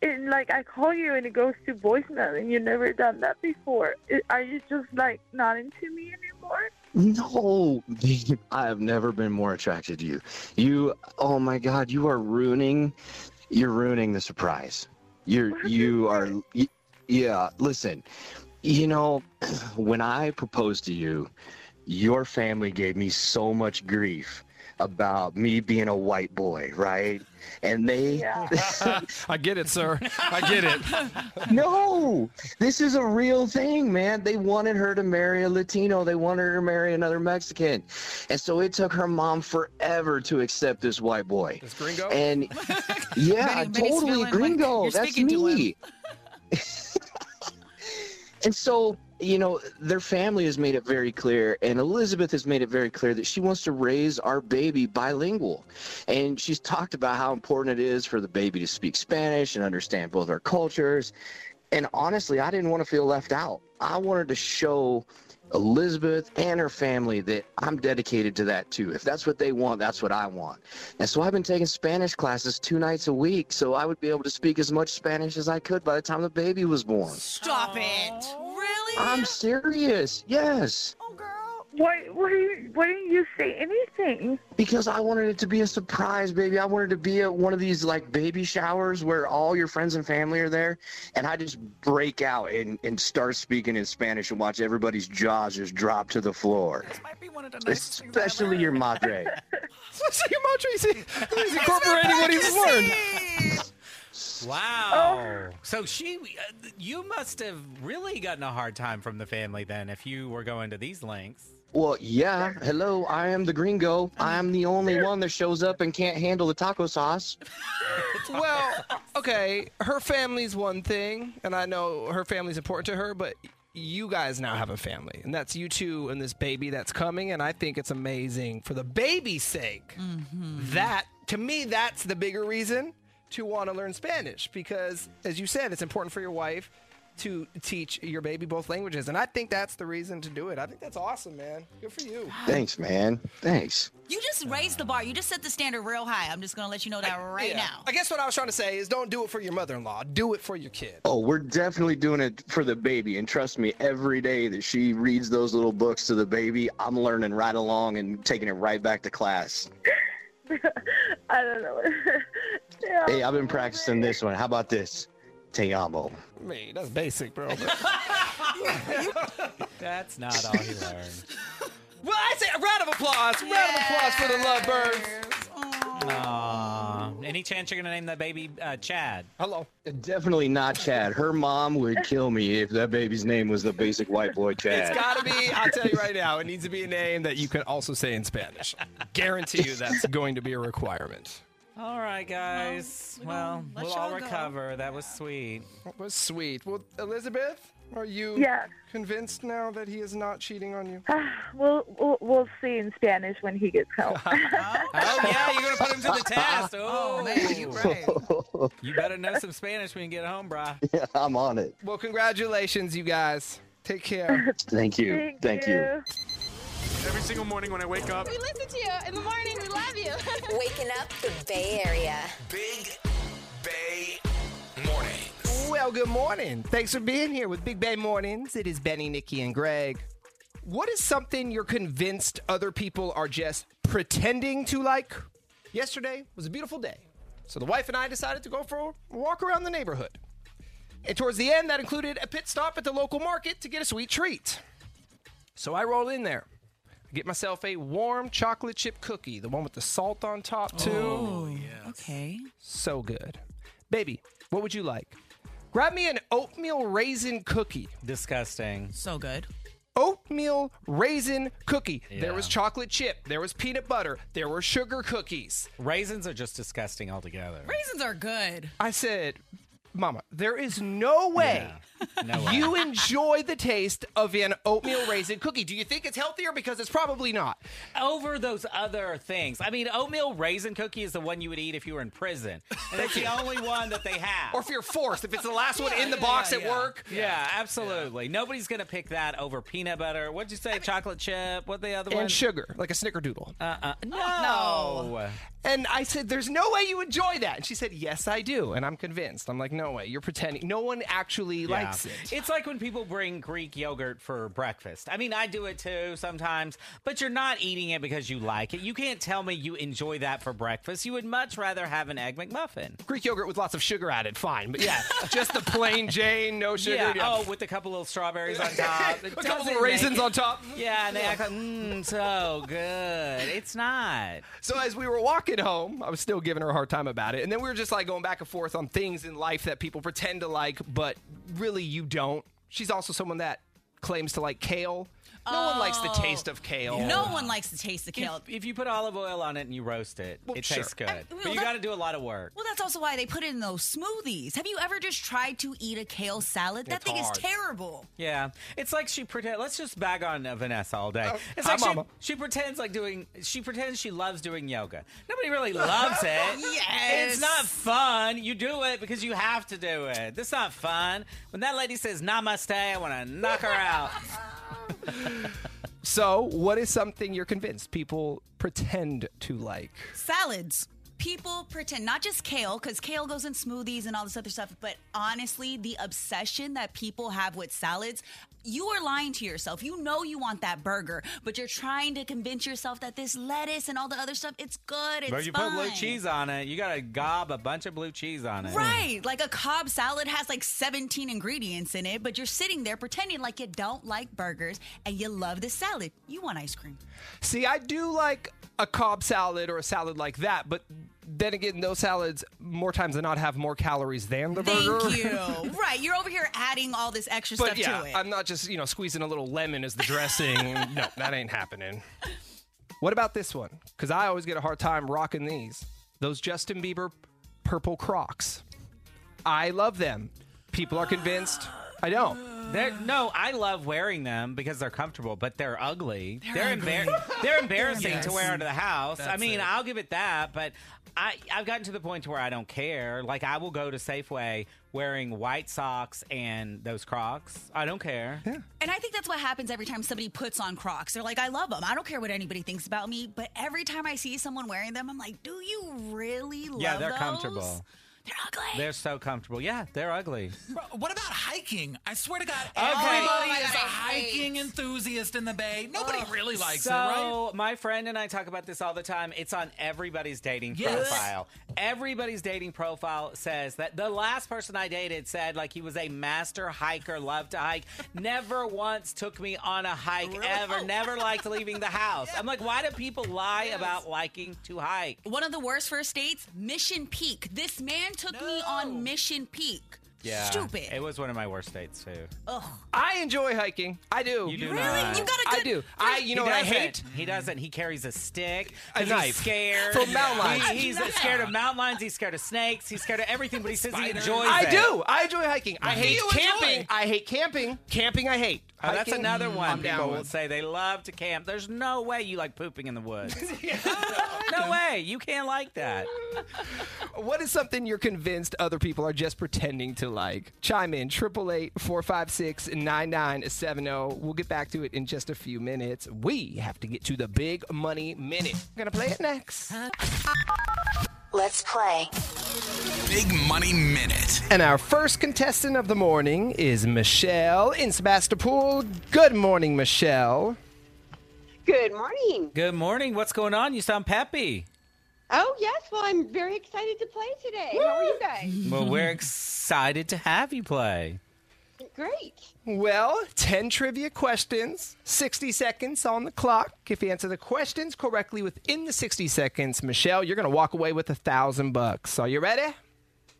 Speaker 10: and like I call you and it goes to voicemail, and you've never done that before. I- Are you just like not into me anymore?
Speaker 11: No, babe, I have never been more attracted to you. You, oh my God, you are ruining, you're ruining the surprise. You're, you are, y- yeah, listen, you know, when I proposed to you, your family gave me so much grief about me being a white boy, right? And they,
Speaker 10: Yeah.
Speaker 4: I get it, sir. I get it.
Speaker 11: (laughs) no, this is a real thing, man. They wanted her to marry a Latino. They wanted her to marry another Mexican, and so it took her mom forever to accept this white boy.
Speaker 4: This gringo? (laughs)
Speaker 6: (laughs)
Speaker 11: And yeah,
Speaker 6: Benny- Benny's
Speaker 11: totally
Speaker 6: feeling like
Speaker 11: gringo.
Speaker 6: you're
Speaker 11: That's
Speaker 6: speaking to
Speaker 11: me. (laughs) and so, you know, their family has made it very clear, and Elizabeth has made it very clear that she wants to raise our baby bilingual. And she's talked about how important it is for the baby to speak Spanish and understand both our cultures. And honestly, I didn't want to feel left out. I wanted to show Elizabeth and her family that I'm dedicated to that too. If that's what they want, that's what I want. And so I've been taking Spanish classes two nights a week, so I would be able to speak as much Spanish as I could by the time the baby was born.
Speaker 6: Stop it. Really?
Speaker 11: I'm serious, yes,
Speaker 6: oh, girl.
Speaker 10: Why why you- why didn't you say anything?
Speaker 11: because I wanted it to be a surprise, baby. I wanted to be at one of these like baby showers where all your friends and family are there, and I just break out and, and start speaking in Spanish and watch everybody's jaws just drop to the floor.
Speaker 5: Might be one of the nicest things I've
Speaker 11: Especially
Speaker 5: ever-
Speaker 11: your madre.
Speaker 4: he's, he's incorporating what he's learned. Oh.
Speaker 5: Wow. So she, uh, you must have really gotten a hard time from the family then, if you were going to these lengths.
Speaker 11: Well, yeah. Hello, I am the gringo. I am the only one that shows up and can't handle the taco sauce.
Speaker 4: well, okay, her family's one thing, and I know her family's important to her, but you guys now have a family, and that's you two and this baby that's coming, and I think it's amazing for the baby's sake.
Speaker 6: Mm-hmm.
Speaker 4: That, to me, that's the bigger reason to want to learn Spanish because, as you said, it's important for your wife to teach your baby both languages, and I think that's the reason to do it. I think that's awesome, man. Good for you.
Speaker 11: Thanks, man. Thanks.
Speaker 6: You just raised the bar. You just set the standard real high. I'm just going to let you know that right
Speaker 4: Yeah.
Speaker 6: now.
Speaker 4: I guess what I was trying to say is don't do it for your mother in law, do it for your kid.
Speaker 11: Oh, we're definitely doing it for the baby. And trust me, every day that she reads those little books to the baby, I'm learning right along and taking it right back to class.
Speaker 10: I don't know. (laughs) yeah.
Speaker 11: Hey, I've been practicing this one. How about this? Te amo.
Speaker 4: Me, that's basic, bro.
Speaker 5: That's not all he
Speaker 4: (laughs)
Speaker 5: learned.
Speaker 4: Well, I say a round of applause. Round of applause for the lovebirds.
Speaker 5: Aw. Um, Any chance you're gonna name that baby uh, Chad?
Speaker 4: Hello.
Speaker 11: Definitely not Chad. Her mom would kill me if that baby's name was the basic white boy Chad.
Speaker 4: It's got to be, I'll tell you right now, it needs to be a name that you can also say in Spanish. Guarantee you that's going to be a requirement.
Speaker 5: All right, guys. Well,
Speaker 4: let
Speaker 5: we'll, all
Speaker 4: y'all go.
Speaker 5: recover. That was sweet.
Speaker 4: That was sweet. Well, Elizabeth, are you
Speaker 10: Yes.
Speaker 4: convinced now that he is not cheating on you?
Speaker 10: We'll, we'll we'll see in Spanish when he gets
Speaker 11: (laughs)
Speaker 10: home.
Speaker 5: Oh yeah, you're gonna put him to the test. Oh, man, you
Speaker 4: (laughs)
Speaker 11: you
Speaker 5: better know some Spanish when you get home, brah.
Speaker 11: Yeah, I'm on it.
Speaker 4: Well, congratulations, you guys. Take care.
Speaker 11: Thank you. Thank, you.
Speaker 12: Every single morning when I wake up,
Speaker 3: We listen to you in the morning. We love you. Waking up the Bay Area.
Speaker 2: Big Bay Morning.
Speaker 4: Well, good morning. Thanks for being here with Big Bay Mornings. It is Benny, Nikki, and Greg. What is something you're convinced other people are just pretending to like? Yesterday was a beautiful day, so the wife and I decided to go for a walk around the neighborhood. And towards the end, that included a pit stop at the local market to get a sweet treat. So I roll in there. I get myself a warm chocolate chip cookie, the one with the salt on top, too.
Speaker 6: Okay.
Speaker 4: So good. Baby, what would you like? Grab me an oatmeal raisin cookie.
Speaker 5: Disgusting.
Speaker 6: So good.
Speaker 4: Oatmeal raisin cookie.
Speaker 5: Yeah.
Speaker 4: There was chocolate chip. There was peanut butter. There were sugar cookies.
Speaker 5: Raisins are just disgusting altogether.
Speaker 6: Raisins are good.
Speaker 4: I said, Mama, there is no way
Speaker 5: No way.
Speaker 4: you enjoy the taste of an oatmeal raisin cookie. Do you think it's healthier? Because it's probably not.
Speaker 5: Over those other things. I mean, oatmeal raisin cookie is the one you would eat if you were in prison. And it's the only one that they have.
Speaker 4: Or if you're forced, if it's the last one
Speaker 5: Yeah,
Speaker 4: in the
Speaker 5: yeah,
Speaker 4: box
Speaker 5: yeah,
Speaker 4: at
Speaker 5: yeah.
Speaker 4: work.
Speaker 5: Yeah, absolutely. Nobody's going to pick that over peanut butter. What'd you say? Chocolate chip? What the other one?
Speaker 4: And sugar, like a snickerdoodle.
Speaker 5: Uh, uh, no.
Speaker 4: And I said, There's no way you enjoy that. And she said, Yes, I do. And I'm convinced. I'm like, No way. You're pretending. No one actually
Speaker 5: Yeah.
Speaker 4: likes it.
Speaker 5: It's like when people bring Greek yogurt for breakfast. I mean, I do it too sometimes, but you're not eating it because you like it. You can't tell me you enjoy that for breakfast. You would much rather have an egg McMuffin.
Speaker 4: Greek yogurt with lots of sugar added, fine. But yeah, (laughs) just the plain Jane, no sugar.
Speaker 5: Yeah. Oh, with a couple little
Speaker 4: (laughs)
Speaker 5: strawberries on top.
Speaker 4: a
Speaker 5: It
Speaker 4: couple
Speaker 5: doesn't
Speaker 4: little raisins
Speaker 5: make-
Speaker 4: on top.
Speaker 5: Yeah, and they act like, mmm, so good. It's not.
Speaker 4: So as we were walking home, I was still giving her a hard time about it. And then we were just like going back and forth on things in life that people pretend to like, but really you don't. She's also someone that claims to like kale. No one likes the
Speaker 6: Oh.
Speaker 4: taste of kale.
Speaker 6: No one likes to taste the kale.
Speaker 5: If, if you put olive oil on it and you roast it, it
Speaker 4: sure.
Speaker 5: tastes good.
Speaker 6: well,
Speaker 5: but you
Speaker 6: that-
Speaker 5: got to do a lot of work.
Speaker 6: Well, that's also why they put it in those smoothies. Have you ever just tried to eat a kale salad? That
Speaker 5: It's
Speaker 6: thing
Speaker 5: hard.
Speaker 6: is terrible.
Speaker 5: Yeah, it's like she pretend. Let's just bag on uh, Vanessa all day.
Speaker 6: Oh,
Speaker 5: it's
Speaker 4: hi,
Speaker 5: like she,
Speaker 4: Mama.
Speaker 5: she pretends like doing. She pretends she loves doing yoga. Nobody really loves
Speaker 6: (laughs)
Speaker 5: it.
Speaker 6: Yes.
Speaker 5: it's not fun. You do it because you have to do it. That's not fun. When that lady says Namaste, I want to knock her out.
Speaker 4: So what is something you're convinced people pretend to like?
Speaker 6: Salads. People pretend, not just kale, because kale goes in smoothies and all this other stuff, but honestly, the obsession that people have with salads, you are lying to yourself. You know you want that burger, but you're trying to convince yourself that this lettuce and all the other stuff, it's good. (laughs) It's
Speaker 5: but you
Speaker 6: fine.
Speaker 5: put blue cheese on it. You got to gob a bunch of blue cheese on it.
Speaker 6: Right. Like a Cobb salad has like 17 ingredients in it, but you're sitting there pretending like you don't like burgers and you love this salad. You want ice cream.
Speaker 4: See, I do like a cob salad or a salad like that, but then again, those salads more times than not have more calories than the burger.
Speaker 6: Thank
Speaker 4: (laughs)
Speaker 6: you. right, you're over here adding all this extra
Speaker 4: but
Speaker 6: stuff
Speaker 4: yeah,
Speaker 6: to it.
Speaker 4: I'm not just you know squeezing a little lemon as the dressing. no, that ain't happening. What about this one? Because I always get a hard time rocking these. Those Justin Bieber purple Crocs. I love them. People are convinced. I don't.
Speaker 5: (sighs) They're, no, I love wearing them because they're comfortable, but they're ugly.
Speaker 4: They're
Speaker 5: They're embar-
Speaker 4: ugly.
Speaker 5: (laughs) they're embarrassing
Speaker 4: They're
Speaker 5: to wear out of the house. I
Speaker 4: That's
Speaker 5: mean,
Speaker 4: it.
Speaker 5: I'll give it that, but I I've gotten to the point to where I don't care. Like I will go to Safeway wearing white socks and those Crocs. I don't care. Yeah.
Speaker 6: And I think that's what happens every time somebody puts on Crocs. They're like, I love them. I don't care what anybody thinks about me. But every time I see someone wearing them, I'm like, do you really love
Speaker 5: Yeah, they're
Speaker 6: those?
Speaker 5: comfortable.
Speaker 6: They're ugly.
Speaker 5: They're so comfortable. Yeah, they're ugly.
Speaker 7: Bro, what about hiking? I swear to God,
Speaker 5: Okay. Oh
Speaker 7: everybody
Speaker 5: my
Speaker 7: is a
Speaker 5: God, I hate-
Speaker 7: hiking enthusiast in the Bay. Nobody really likes
Speaker 5: so,
Speaker 7: it, right?
Speaker 5: my friend and I talk about this all the time. It's on everybody's dating
Speaker 7: Yes.
Speaker 5: profile. Everybody's dating profile says that the last person I dated said like he was a master hiker, loved to
Speaker 7: (laughs)
Speaker 5: hike, never once took me on a hike ever, never liked leaving the house. I'm like, why do people lie about liking to hike?
Speaker 6: One of the worst first dates, Mission Peak. This man took me on Mission Peak.
Speaker 5: Yeah.
Speaker 6: Stupid.
Speaker 5: It was one of my worst dates too.
Speaker 7: Oh,
Speaker 6: Ugh.
Speaker 4: I enjoy hiking. I do.
Speaker 5: You do Really? not. You got
Speaker 4: I do. I you know
Speaker 5: He
Speaker 4: what I
Speaker 5: doesn't.
Speaker 4: hate?
Speaker 5: He doesn't. He carries a stick.
Speaker 4: A
Speaker 5: 'cause
Speaker 4: knife.
Speaker 5: He's scared
Speaker 4: For mountain lions.
Speaker 5: He- he's
Speaker 4: Yeah.
Speaker 5: scared of mountain lions. He's scared of snakes. He's scared of everything. But he says he enjoys
Speaker 4: I
Speaker 5: it.
Speaker 4: do. I enjoy hiking. I
Speaker 5: Do
Speaker 4: hate
Speaker 5: you
Speaker 4: camping.
Speaker 5: enjoy?
Speaker 4: I hate camping. Camping I hate.
Speaker 5: Oh, that's
Speaker 4: Hiking,
Speaker 5: another one.
Speaker 4: I'm Mm-hmm. down
Speaker 5: People will
Speaker 4: with.
Speaker 5: say they love to camp. There's no way you like pooping in the woods.
Speaker 4: (laughs)
Speaker 5: no way. You can't like that.
Speaker 4: What is something you're convinced other people are just pretending to like? Chime in, 888-456-9970. oh. We'll get back to it in just a few minutes. We have to get to the big money minute. Gonna play it next.
Speaker 3: Let's play.
Speaker 2: Big Money Minute.
Speaker 4: And our first contestant of the morning is Michelle in Sebastopol. Good morning, Michelle.
Speaker 13: Good morning.
Speaker 5: Good morning. What's going on? You sound peppy.
Speaker 13: Oh, yes. Well, I'm very excited to play today. How are you guys?
Speaker 5: Well, we're excited to have you play.
Speaker 13: Great.
Speaker 4: Well, 10 trivia questions, 60 seconds on the clock. If you answer the questions correctly within the 60 seconds, Michelle, you're going to walk away with a thousand bucks. Are you ready?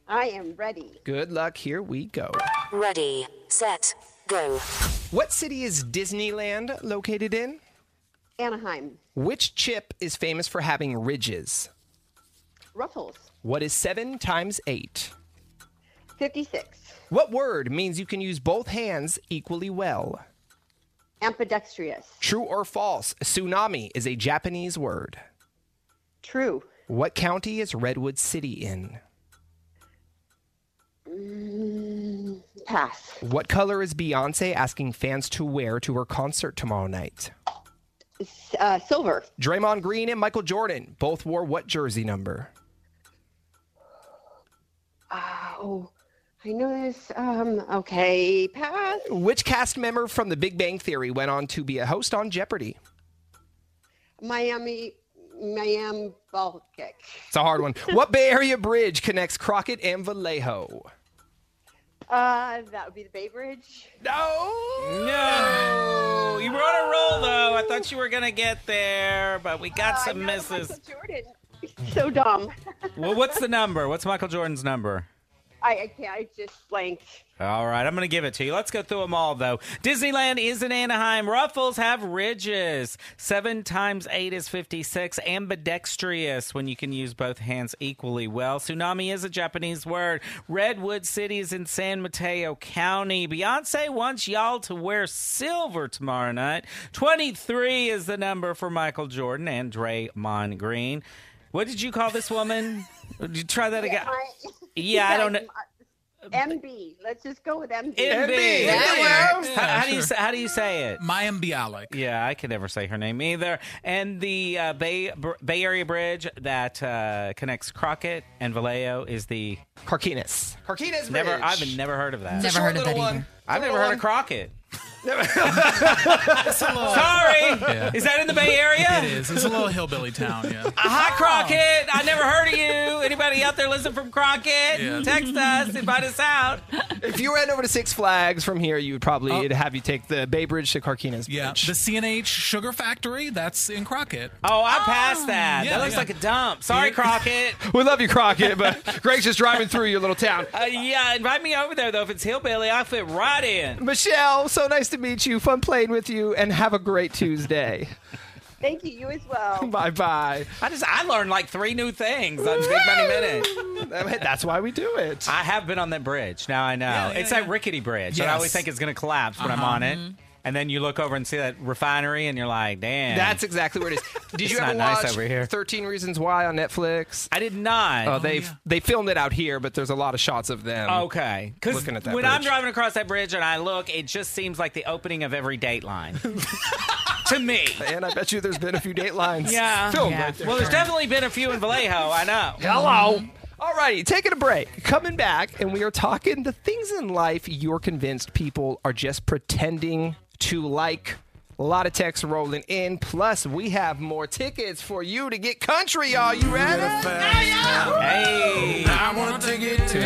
Speaker 13: I am ready.
Speaker 4: Good luck. Here we go.
Speaker 3: Ready, set, go.
Speaker 4: What city is Disneyland located in?
Speaker 13: Anaheim,
Speaker 4: Which chip is famous for having ridges?
Speaker 13: Ruffles,
Speaker 4: What is 7 times 8?
Speaker 13: 56,
Speaker 4: What word means you can use both hands equally well?
Speaker 13: ambidextrous,
Speaker 4: True or false, tsunami is a Japanese word.
Speaker 13: True.
Speaker 4: What county is Redwood City in?
Speaker 13: mm, pass,
Speaker 4: What color is Beyonce asking fans to wear to her concert tomorrow night?
Speaker 13: uh, silver,
Speaker 4: Draymond Green and Michael Jordan both wore what jersey number?
Speaker 13: oh, I know this. Um, okay, pass,
Speaker 4: Which cast member from The Big Bang Theory went on to be a host on Jeopardy?
Speaker 13: Miami, Miami ball kick,
Speaker 4: It's a
Speaker 5: (laughs)
Speaker 4: hard one. what Bay Area bridge connects Crockett and Vallejo?
Speaker 13: uh, that would be the Bay Bridge,
Speaker 4: No.
Speaker 5: No. You were on a roll, though. I thought you were going to get there, but we got some misses.
Speaker 13: Jordan, so dumb,
Speaker 5: Well, what's the number? What's Michael Jordan's number?
Speaker 13: I, I can't, I just blanked,
Speaker 5: All right, I'm going to give it to you. Let's go through them all, though. Disneyland is in Anaheim. Ruffles have ridges. Seven times eight is 56. Ambidextrous, when you can use both hands equally well. Tsunami is a Japanese word. Redwood City is in San Mateo County. Beyonce wants y'all to wear silver tomorrow night. 23 is the number for Michael Jordan and Draymond Green. What did you call this woman? Did you try that again? Yeah, (laughs) I don't know.
Speaker 13: MB, let's just go with MB,
Speaker 5: MB.
Speaker 13: That
Speaker 5: How,
Speaker 13: works.
Speaker 5: how do you say, how do you say it?
Speaker 7: Mayim Bialik.
Speaker 5: Yeah, I can never say her name either. And the uh, Bay Br- Bay Area Bridge that uh, connects Crockett and Vallejo is the
Speaker 4: Carquinez. Carquinez
Speaker 5: Never,
Speaker 4: Bridge.
Speaker 5: I've never heard of that.
Speaker 4: It's a Never short heard of little that one. either.
Speaker 5: I've never heard of Crockett.
Speaker 7: little-
Speaker 5: (laughs) Sorry,
Speaker 7: Yeah.
Speaker 5: is that in the Bay Area?
Speaker 7: It is. Oh. It's a
Speaker 4: (laughs)
Speaker 7: little hillbilly town, yeah.
Speaker 5: Uh, Hi, Crockett. I never heard of you. Anybody out there listen from Crockett?
Speaker 7: Yeah.
Speaker 5: Text us. Invite us out.
Speaker 4: if you ran over to Six Flags from here, you would probably
Speaker 5: Oh.
Speaker 4: it'd have you take the Bay Bridge to Carquinez.
Speaker 7: Yeah, the CNH Sugar Factory. That's in Crockett.
Speaker 5: Oh, I passed that.
Speaker 7: Oh.
Speaker 5: that looks like a dump. Sorry, Crockett.
Speaker 4: We love you, Crockett, but (laughs) Greg's just driving through your little town.
Speaker 5: Uh, yeah, invite me over there though. If it's hillbilly, I fit right in.
Speaker 4: Michelle, so nice to meet you. Fun playing with you, and have a great Tuesday.
Speaker 14: (laughs) Thank you. You as well.
Speaker 4: (laughs) bye bye.
Speaker 5: I just I learned like three new things on Big Money Minute.
Speaker 4: That's why we do it.
Speaker 5: I have been on that bridge. Now I know
Speaker 4: yeah,
Speaker 5: it's that rickety bridge, and I
Speaker 4: Yes.
Speaker 5: always think it's going to collapse when I'm
Speaker 4: Uh-huh.
Speaker 5: on it. And then you look over and see that refinery, and you're like, "Damn,
Speaker 4: That's exactly where it is. Did
Speaker 5: It's
Speaker 4: you ever
Speaker 5: not nice
Speaker 4: watch
Speaker 5: over here.
Speaker 4: Thirteen Reasons Why on Netflix?
Speaker 5: I did not.
Speaker 4: Oh, they they filmed it out here, but there's a lot of shots of them.
Speaker 5: Oh, Okay, because
Speaker 4: looking
Speaker 5: when
Speaker 4: at that.
Speaker 5: I'm
Speaker 4: bridge.
Speaker 5: driving across that bridge and I look, it just seems like the opening of
Speaker 4: (laughs)
Speaker 5: every Dateline to me.
Speaker 4: and I bet you there's been a few Datelines
Speaker 5: (laughs) Yeah.
Speaker 4: filmed
Speaker 5: Yeah.
Speaker 4: right there.
Speaker 5: Well, there's definitely been a few in Vallejo. I know.
Speaker 4: Hello. Alrighty, taking a break. Coming back, and we are talking the things in life you're convinced people are just pretending to like. A lot of texts rolling in. Plus, we have more tickets for you to get country. Are you ready?
Speaker 5: Hey.
Speaker 4: I want to get to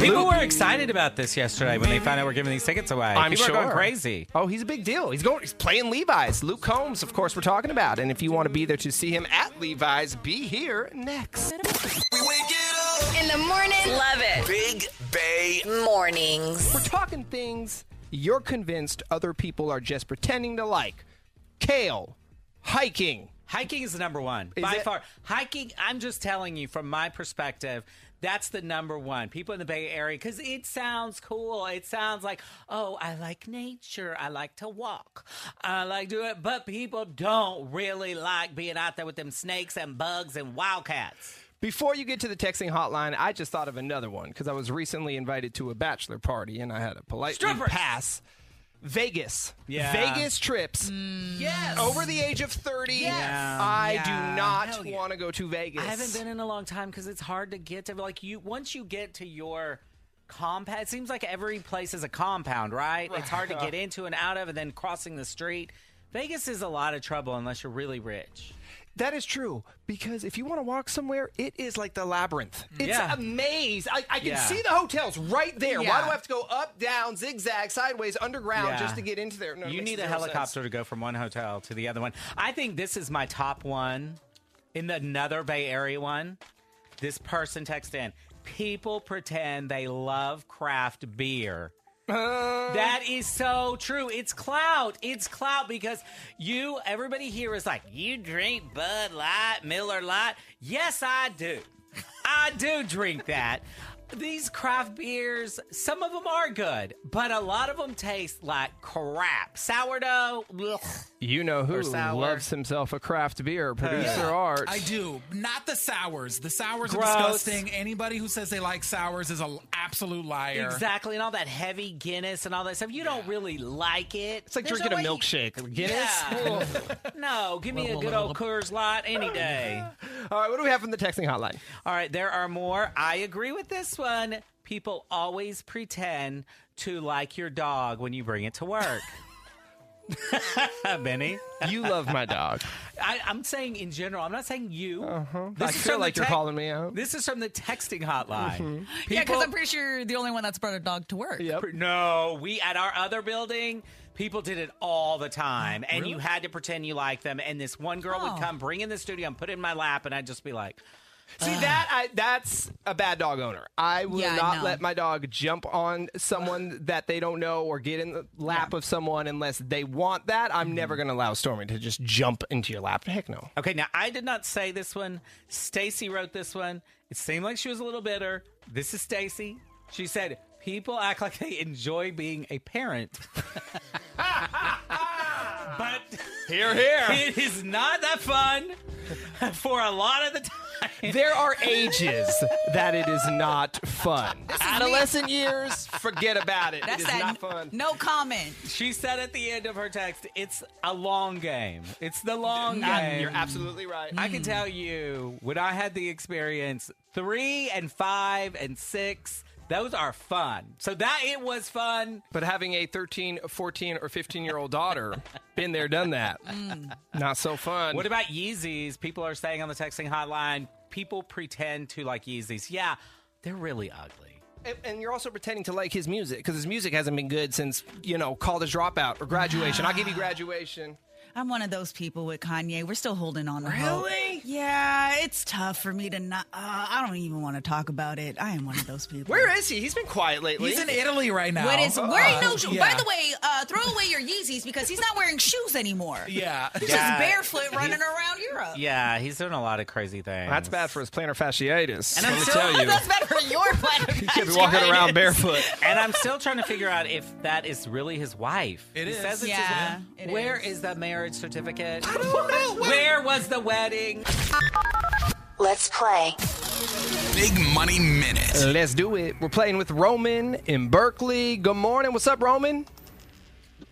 Speaker 5: People were excited about this yesterday when they found out we're giving these tickets away.
Speaker 4: I'm
Speaker 5: People are going
Speaker 4: sure.
Speaker 5: crazy.
Speaker 4: Oh, he's a big deal. He's going. He's playing Levi's. Luke Combs, of course, we're talking about. And if you want to be there to see him at Levi's, be here next.
Speaker 3: In the morning, love it. Big Bay mornings.
Speaker 4: We're talking things you're convinced other people are just pretending to like. Kale, hiking.
Speaker 5: Hiking is the number one
Speaker 4: Is
Speaker 5: by
Speaker 4: it-
Speaker 5: far. Hiking, I'm just telling you from my perspective, that's the number one. People in the Bay Area, because it sounds cool. It sounds like, oh, I like nature. I like to walk. I like to do it. But people don't really like being out there with them snakes and bugs and wildcats.
Speaker 4: Before you get to the texting hotline, I just thought of another one because I was recently invited to a bachelor party and I had a polite pass. Vegas.
Speaker 5: Yeah.
Speaker 4: Vegas trips.
Speaker 5: Yes.
Speaker 4: Over the age of 30,
Speaker 5: Yes.
Speaker 4: I
Speaker 5: Yeah.
Speaker 4: do not
Speaker 5: Hell yeah.
Speaker 4: want to go to Vegas.
Speaker 5: I haven't been in a long time because it's hard to get to like you once you get to your compound. It seems like every place is a compound, right? It's hard to
Speaker 4: Right.
Speaker 5: get into and out of, and then crossing the street. Vegas is a lot of trouble unless you're really rich.
Speaker 4: That is true because if you want to walk somewhere, it is like the labyrinth. It's
Speaker 5: Mm. Yeah.
Speaker 4: a maze. I, I can
Speaker 5: Yeah.
Speaker 4: see the hotels right there. Why
Speaker 5: Yeah.
Speaker 4: do I have to go up, down, zigzag, sideways, underground
Speaker 5: Yeah.
Speaker 4: just to get into there? No, it
Speaker 5: you
Speaker 4: makes
Speaker 5: need a
Speaker 4: zero
Speaker 5: helicopter
Speaker 4: sense.
Speaker 5: to go from one hotel to the other one. I think this is my top one in the another Bay Area one. This person texted in. People pretend they love craft beer. that is so true. It's clout. It's clout because you, everybody here is like, you drink Bud Light, Miller Light. Yes, I do. I do drink that. These craft beers, some of them are good, but a lot of them taste like crap. Sourdough. blech.
Speaker 4: You know who
Speaker 5: Or sour.
Speaker 4: loves himself a craft beer, producer
Speaker 7: Yeah,
Speaker 4: Art.
Speaker 7: I do. Not the sours. The sours
Speaker 5: Gross.
Speaker 7: are disgusting. Anybody who says they like sours is an absolute liar.
Speaker 5: Exactly, and all that heavy Guinness and all that stuff. You don't really like it.
Speaker 4: It's like drinking a milkshake. Guinness?
Speaker 5: (laughs) no, give me a good old Coors Light any day.
Speaker 4: All right, what do we have from the texting hotline?
Speaker 5: All right, there are more. I agree with this one. People always pretend to like your dog when you bring it
Speaker 4: (laughs)
Speaker 5: to work. (laughs) Benny,
Speaker 4: you love my dog.
Speaker 5: I, I'm saying in general. I'm not saying you. Uh-huh.
Speaker 4: I feel like you're calling me out.
Speaker 5: This is from the texting hotline.
Speaker 4: Mhm.
Speaker 6: Yeah, because
Speaker 5: People-
Speaker 6: I'm pretty sure you're the only one that's brought a dog to work.
Speaker 5: Pre- No, we at our other building, people did it all the time, and you had to pretend you liked them. And this one girl
Speaker 4: Oh.
Speaker 5: would come, bring in the studio, and put it in my lap, and I'd just be like,
Speaker 4: (laughs) See that I, that's a bad dog owner. I will
Speaker 5: Yeah, I
Speaker 4: not
Speaker 5: know.
Speaker 4: let my dog jump on someone that they don't know or get in the lap of someone unless they want that. I'm never going to allow Stormy to just jump into your lap. Heck no.
Speaker 5: "Okay, now I did not say this one. Stacy wrote this one. It seemed like she was a little bitter. This is Stacy. She said." People act like they enjoy being a parent. (laughs) but
Speaker 4: Here, here.
Speaker 5: It is not that fun for a lot of the time.
Speaker 4: There are ages that it is not fun. Adolescent years, forget about it.
Speaker 6: That's
Speaker 4: it is
Speaker 6: that
Speaker 4: not
Speaker 6: n-
Speaker 4: fun.
Speaker 6: no comment.
Speaker 5: She said at the end of her text, "It's a long game. It's the long
Speaker 4: I-
Speaker 5: game."
Speaker 4: you're absolutely right.
Speaker 5: I can tell you when I had the experience, three and five and six, those are fun. So that it was fun.
Speaker 4: But having a 13, 14, or 15 year old daughter, been there, done that. Not so fun.
Speaker 5: What about Yeezys? People are saying on the texting hotline, people pretend to like Yeezys. Yeah, they're really ugly.
Speaker 4: And, and you're also pretending to like his music because his music hasn't been good since you know college dropout or graduation. I'll give you graduation.
Speaker 6: I'm one of those people with Kanye. We're still holding on. Really? Yeah, it's tough for me to not. Uh, I don't even want to talk about it. I am one of those people.
Speaker 4: Where is he? He's been quiet lately.
Speaker 7: He's in Italy right now.
Speaker 5: Oh,
Speaker 6: What is wearing no
Speaker 7: Uh,
Speaker 6: shoes?
Speaker 7: yeah.
Speaker 6: By the way, uh, throw away your Yeezys because he's not wearing shoes anymore.
Speaker 7: Yeah.
Speaker 6: he's
Speaker 5: Yeah.
Speaker 6: just barefoot running around Europe.
Speaker 5: Yeah, he's doing a lot of crazy things.
Speaker 4: That's bad for his plantar fasciitis.
Speaker 5: And I'm
Speaker 4: let me
Speaker 5: still-
Speaker 4: tell you,
Speaker 6: That's better for your plantar
Speaker 4: he
Speaker 6: (laughs)
Speaker 4: can't be walking around barefoot.
Speaker 5: (laughs) and I'm still trying to figure out if that is really his wife. It
Speaker 7: is.
Speaker 5: Says it's
Speaker 6: Yeah,
Speaker 5: his wife. Where is the marriage
Speaker 4: (laughs)
Speaker 5: certificate? I don't know. Where was the wedding?
Speaker 3: Let's play.
Speaker 4: Big money minute. Let's do it. We're playing with Roman in Berkeley. Good morning. What's up, Roman?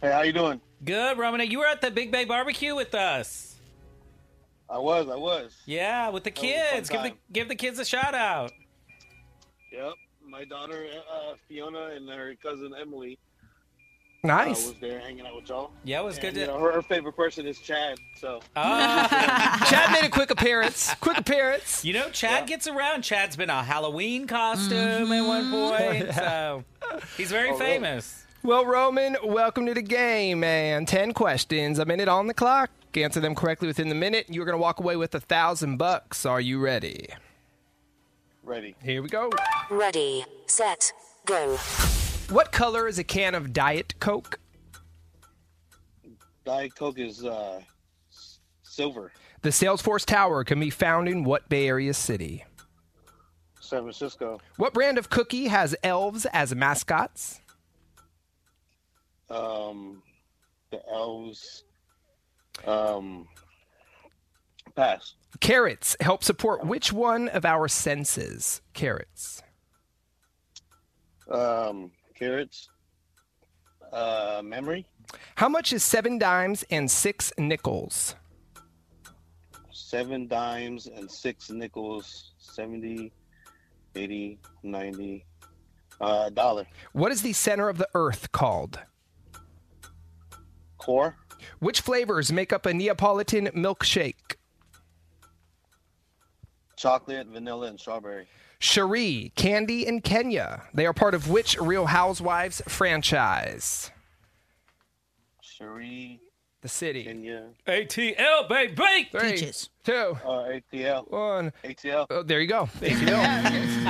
Speaker 15: Hey, how you doing?
Speaker 5: Good, Romana. You were at the Big Bay barbecue with us.
Speaker 15: I was, I was.
Speaker 5: Yeah, with the
Speaker 15: was a fun
Speaker 5: kids. Give the
Speaker 15: time.
Speaker 5: give the kids a shout out.
Speaker 15: Yep. My daughter uh, Fiona and her cousin Emily.
Speaker 4: Nice.
Speaker 15: Uh, was there hanging out with y'all.
Speaker 5: Yeah, it was good
Speaker 15: And,
Speaker 5: to- Uh,
Speaker 15: You know, her, her favorite person is Chad. So.
Speaker 4: Chad made a quick appearance. Quick appearance.
Speaker 5: You know, Chad gets around. Chad's been a Halloween costume at
Speaker 15: Mm-hmm.
Speaker 5: one
Speaker 15: (laughs)
Speaker 5: point. So he's very
Speaker 4: Oh, really?
Speaker 5: famous.
Speaker 4: Well, Roman, welcome to the game, man. Ten questions, a minute on the clock. Answer them correctly within the minute. You're going to walk away with a thousand bucks. Are you ready?
Speaker 15: Ready.
Speaker 4: Here we go.
Speaker 3: Ready, set, go.
Speaker 4: What color is a can of Diet Coke?
Speaker 15: Diet Coke is uh, s- silver.
Speaker 4: The Salesforce Tower can be found in what Bay Area city?
Speaker 15: San Francisco.
Speaker 4: What brand of cookie has elves as mascots?
Speaker 15: Um, the elves. Um, pass.
Speaker 4: Carrots help support which one of our senses? Carrots.
Speaker 15: Um, carrots. Uh, memory.
Speaker 4: How much is seven dimes and six nickels?
Speaker 15: seven dimes and six nickels, 70, 80, 90, uh, dollar.
Speaker 4: What is the center of the earth called?
Speaker 15: Core.
Speaker 4: Which flavors make up a Neapolitan milkshake?
Speaker 15: Chocolate, vanilla, and strawberry.
Speaker 4: Cherie, Candy, and Kenya. They are part of which Real Housewives franchise?
Speaker 15: Cherie.
Speaker 4: The city.
Speaker 15: Kenya.
Speaker 5: ATL, baby.
Speaker 4: Three, Two.
Speaker 15: Uh, ATL.
Speaker 4: One.
Speaker 15: ATL.
Speaker 4: Oh, there you go.
Speaker 5: (laughs)
Speaker 6: ATL.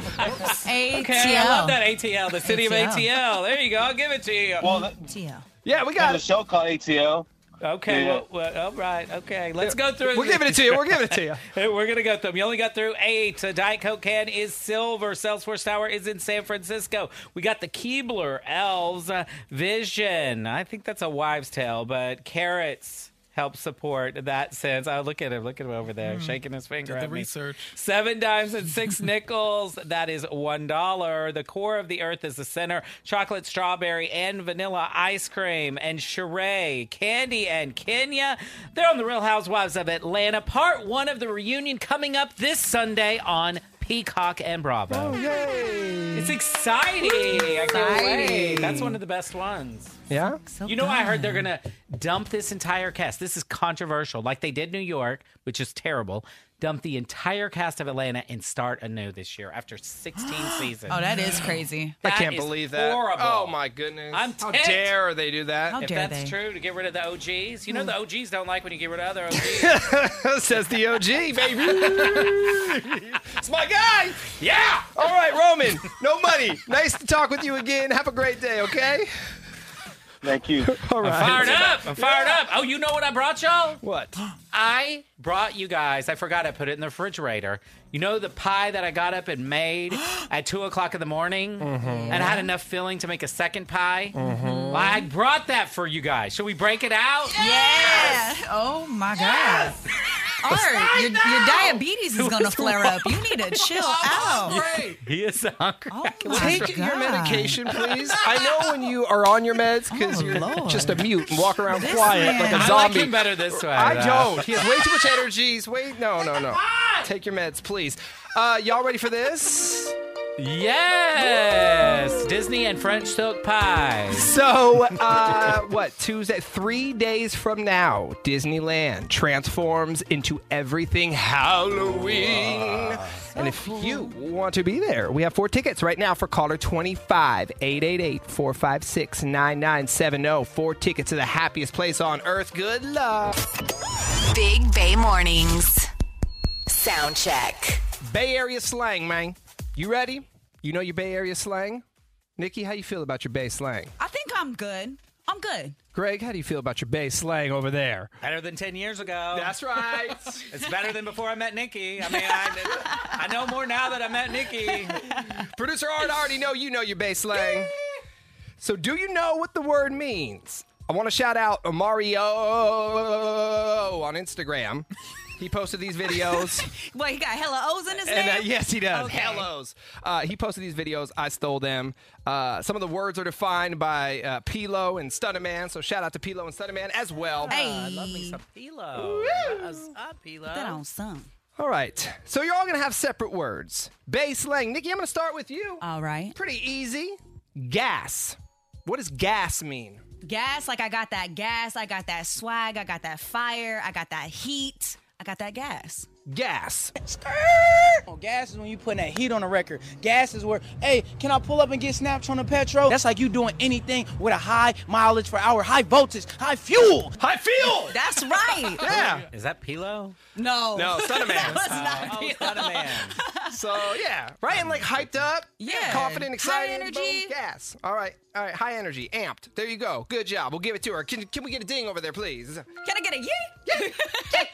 Speaker 5: Okay, I love that ATL, the city
Speaker 4: ATL.
Speaker 5: of ATL. There you go. I'll give it to you.
Speaker 15: Well, that-
Speaker 6: ATL.
Speaker 4: Yeah, we
Speaker 15: got a show called ATL.
Speaker 5: Okay,
Speaker 15: Yeah.
Speaker 5: well, well, all right. Okay, let's go through.
Speaker 4: We're giving it to you. We're giving it
Speaker 5: (laughs)
Speaker 4: to you.
Speaker 5: We're going to go through them. You only got through eight. A Diet Coke can is silver. Salesforce Tower is in San Francisco. We got the Keebler, Elves, uh, Vision. I think that's a wives' tale, but carrots help support that sense. Oh, look at him. Look at him over there, shaking his finger
Speaker 7: Hmm. Did the
Speaker 5: at me.
Speaker 7: research.
Speaker 5: Seven dimes and six nickels. That is one dollar. The core of the earth is the center. Chocolate, strawberry, and vanilla ice cream, and Sheree, Candy, and Kenya. They're on the Real Housewives of Atlanta, part one of the reunion coming up this Sunday on Peacock and Bravo. It's exciting. I can't wait.
Speaker 4: Exciting.
Speaker 5: That's one of the best ones.
Speaker 4: Yeah?
Speaker 5: you know, I heard they're going to dump this entire cast. This is controversial, like they did New York, which is terrible. Dump the entire cast of Atlanta and start anew this year after 16 seasons.
Speaker 6: Oh, that is crazy.
Speaker 5: That
Speaker 4: I can't
Speaker 5: is
Speaker 4: believe that.
Speaker 5: horrible.
Speaker 4: Oh my goodness.
Speaker 5: I'm
Speaker 4: How
Speaker 5: ticked.
Speaker 4: dare they do that?
Speaker 5: if that's true, to get rid of the OGs, you know the OGs don't like when you get rid of other OGs.
Speaker 4: (laughs) Says the OG, baby. (laughs) it's my guy. Yeah. All right, Roman. No money. Nice to talk with you again. Have a great day, okay?
Speaker 15: Thank you.
Speaker 4: All right.
Speaker 5: Fired up! I'm fired up! Oh, you know what I brought y'all?
Speaker 4: What?
Speaker 5: I brought you guys. I forgot I put it in the refrigerator. You know the pie that I got up and made at two o'clock in the morning, and I had enough filling to make a second pie. Well, I brought that for you guys. Should we break it out?
Speaker 6: Yes. Oh my God. Art, your, your diabetes is going to flare up. You need to chill out. Oh
Speaker 5: He is hungry.
Speaker 4: Take your medication, please. I know when you are on your meds because you're just a mute and walk around quiet like a
Speaker 5: I like
Speaker 4: zombie.
Speaker 5: him better this way.
Speaker 4: I
Speaker 5: though.
Speaker 4: don't. He has way too much energy. He's way no, no, no. Take your meds, please. Uh, y'all ready for this?
Speaker 5: Yes, Disney and French silk pies.
Speaker 4: So, uh, what, Tuesday, three days from now, Disneyland transforms into everything Halloween. and if you want to be there, we have four tickets right now for caller 25 888 456 9970. oh. Four tickets to the happiest place on earth. Good luck.
Speaker 3: Big Bay Mornings. Sound check.
Speaker 4: Bay Area slang, man. You ready? You know your Bay Area slang? Nikki, how you feel about your Bay slang?
Speaker 6: I think I'm good. I'm good.
Speaker 4: Greg, how do you feel about your Bay slang over there?
Speaker 5: Better than 10 years ago.
Speaker 4: That's right.
Speaker 5: it's better than before I met Nikki. I mean, I, I know more now that I met Nikki.
Speaker 4: Producer Art, I already know you know your bass slang. So, do you know what the word means? I want to shout out Mario on Instagram. He posted these
Speaker 6: (laughs)
Speaker 4: videos.
Speaker 6: Well, he got hella O's in his
Speaker 4: And uh,
Speaker 6: name.
Speaker 4: yes, he does.
Speaker 6: Okay.
Speaker 4: Hellos. Uh, he posted these videos. I stole them. Uh, some of the words are defined by uh, Pilo and Stunnerman. So shout out to Pilo and Stunnerman as well.
Speaker 5: I love me some Pilo. Us up, Pilo.
Speaker 6: That on some.
Speaker 4: All right. So you're all going to have separate words. Bay slang. Nikki, I'm going to start with you.
Speaker 6: All right.
Speaker 4: Pretty easy. Gas. What does gas mean?
Speaker 6: Gas, like I got that gas, I got that swag, I got that fire, I got that heat, I got that gas.
Speaker 4: Gas.
Speaker 7: Uh.
Speaker 16: On Oh, gas is when you putting that heat on a record. Gas is where, hey, can I pull up and get snapped on the petrol? That's like you doing anything with a high mileage per hour, high voltage, high fuel.
Speaker 4: High fuel.
Speaker 6: That's right.
Speaker 4: (laughs)
Speaker 5: Is that Pilo?
Speaker 6: No.
Speaker 4: No, Stunnerman.
Speaker 6: That was not
Speaker 5: (laughs) Oh,
Speaker 6: Pilo.
Speaker 4: So yeah, right and like hyped up,
Speaker 6: Yeah.
Speaker 4: confident,
Speaker 6: High
Speaker 4: excited,
Speaker 6: energy.
Speaker 4: boom, gas. All right, all right, high energy, amped. There you go. Good job. We'll give it to her. Can, can we get a ding over there, please?
Speaker 6: Can I get a yee?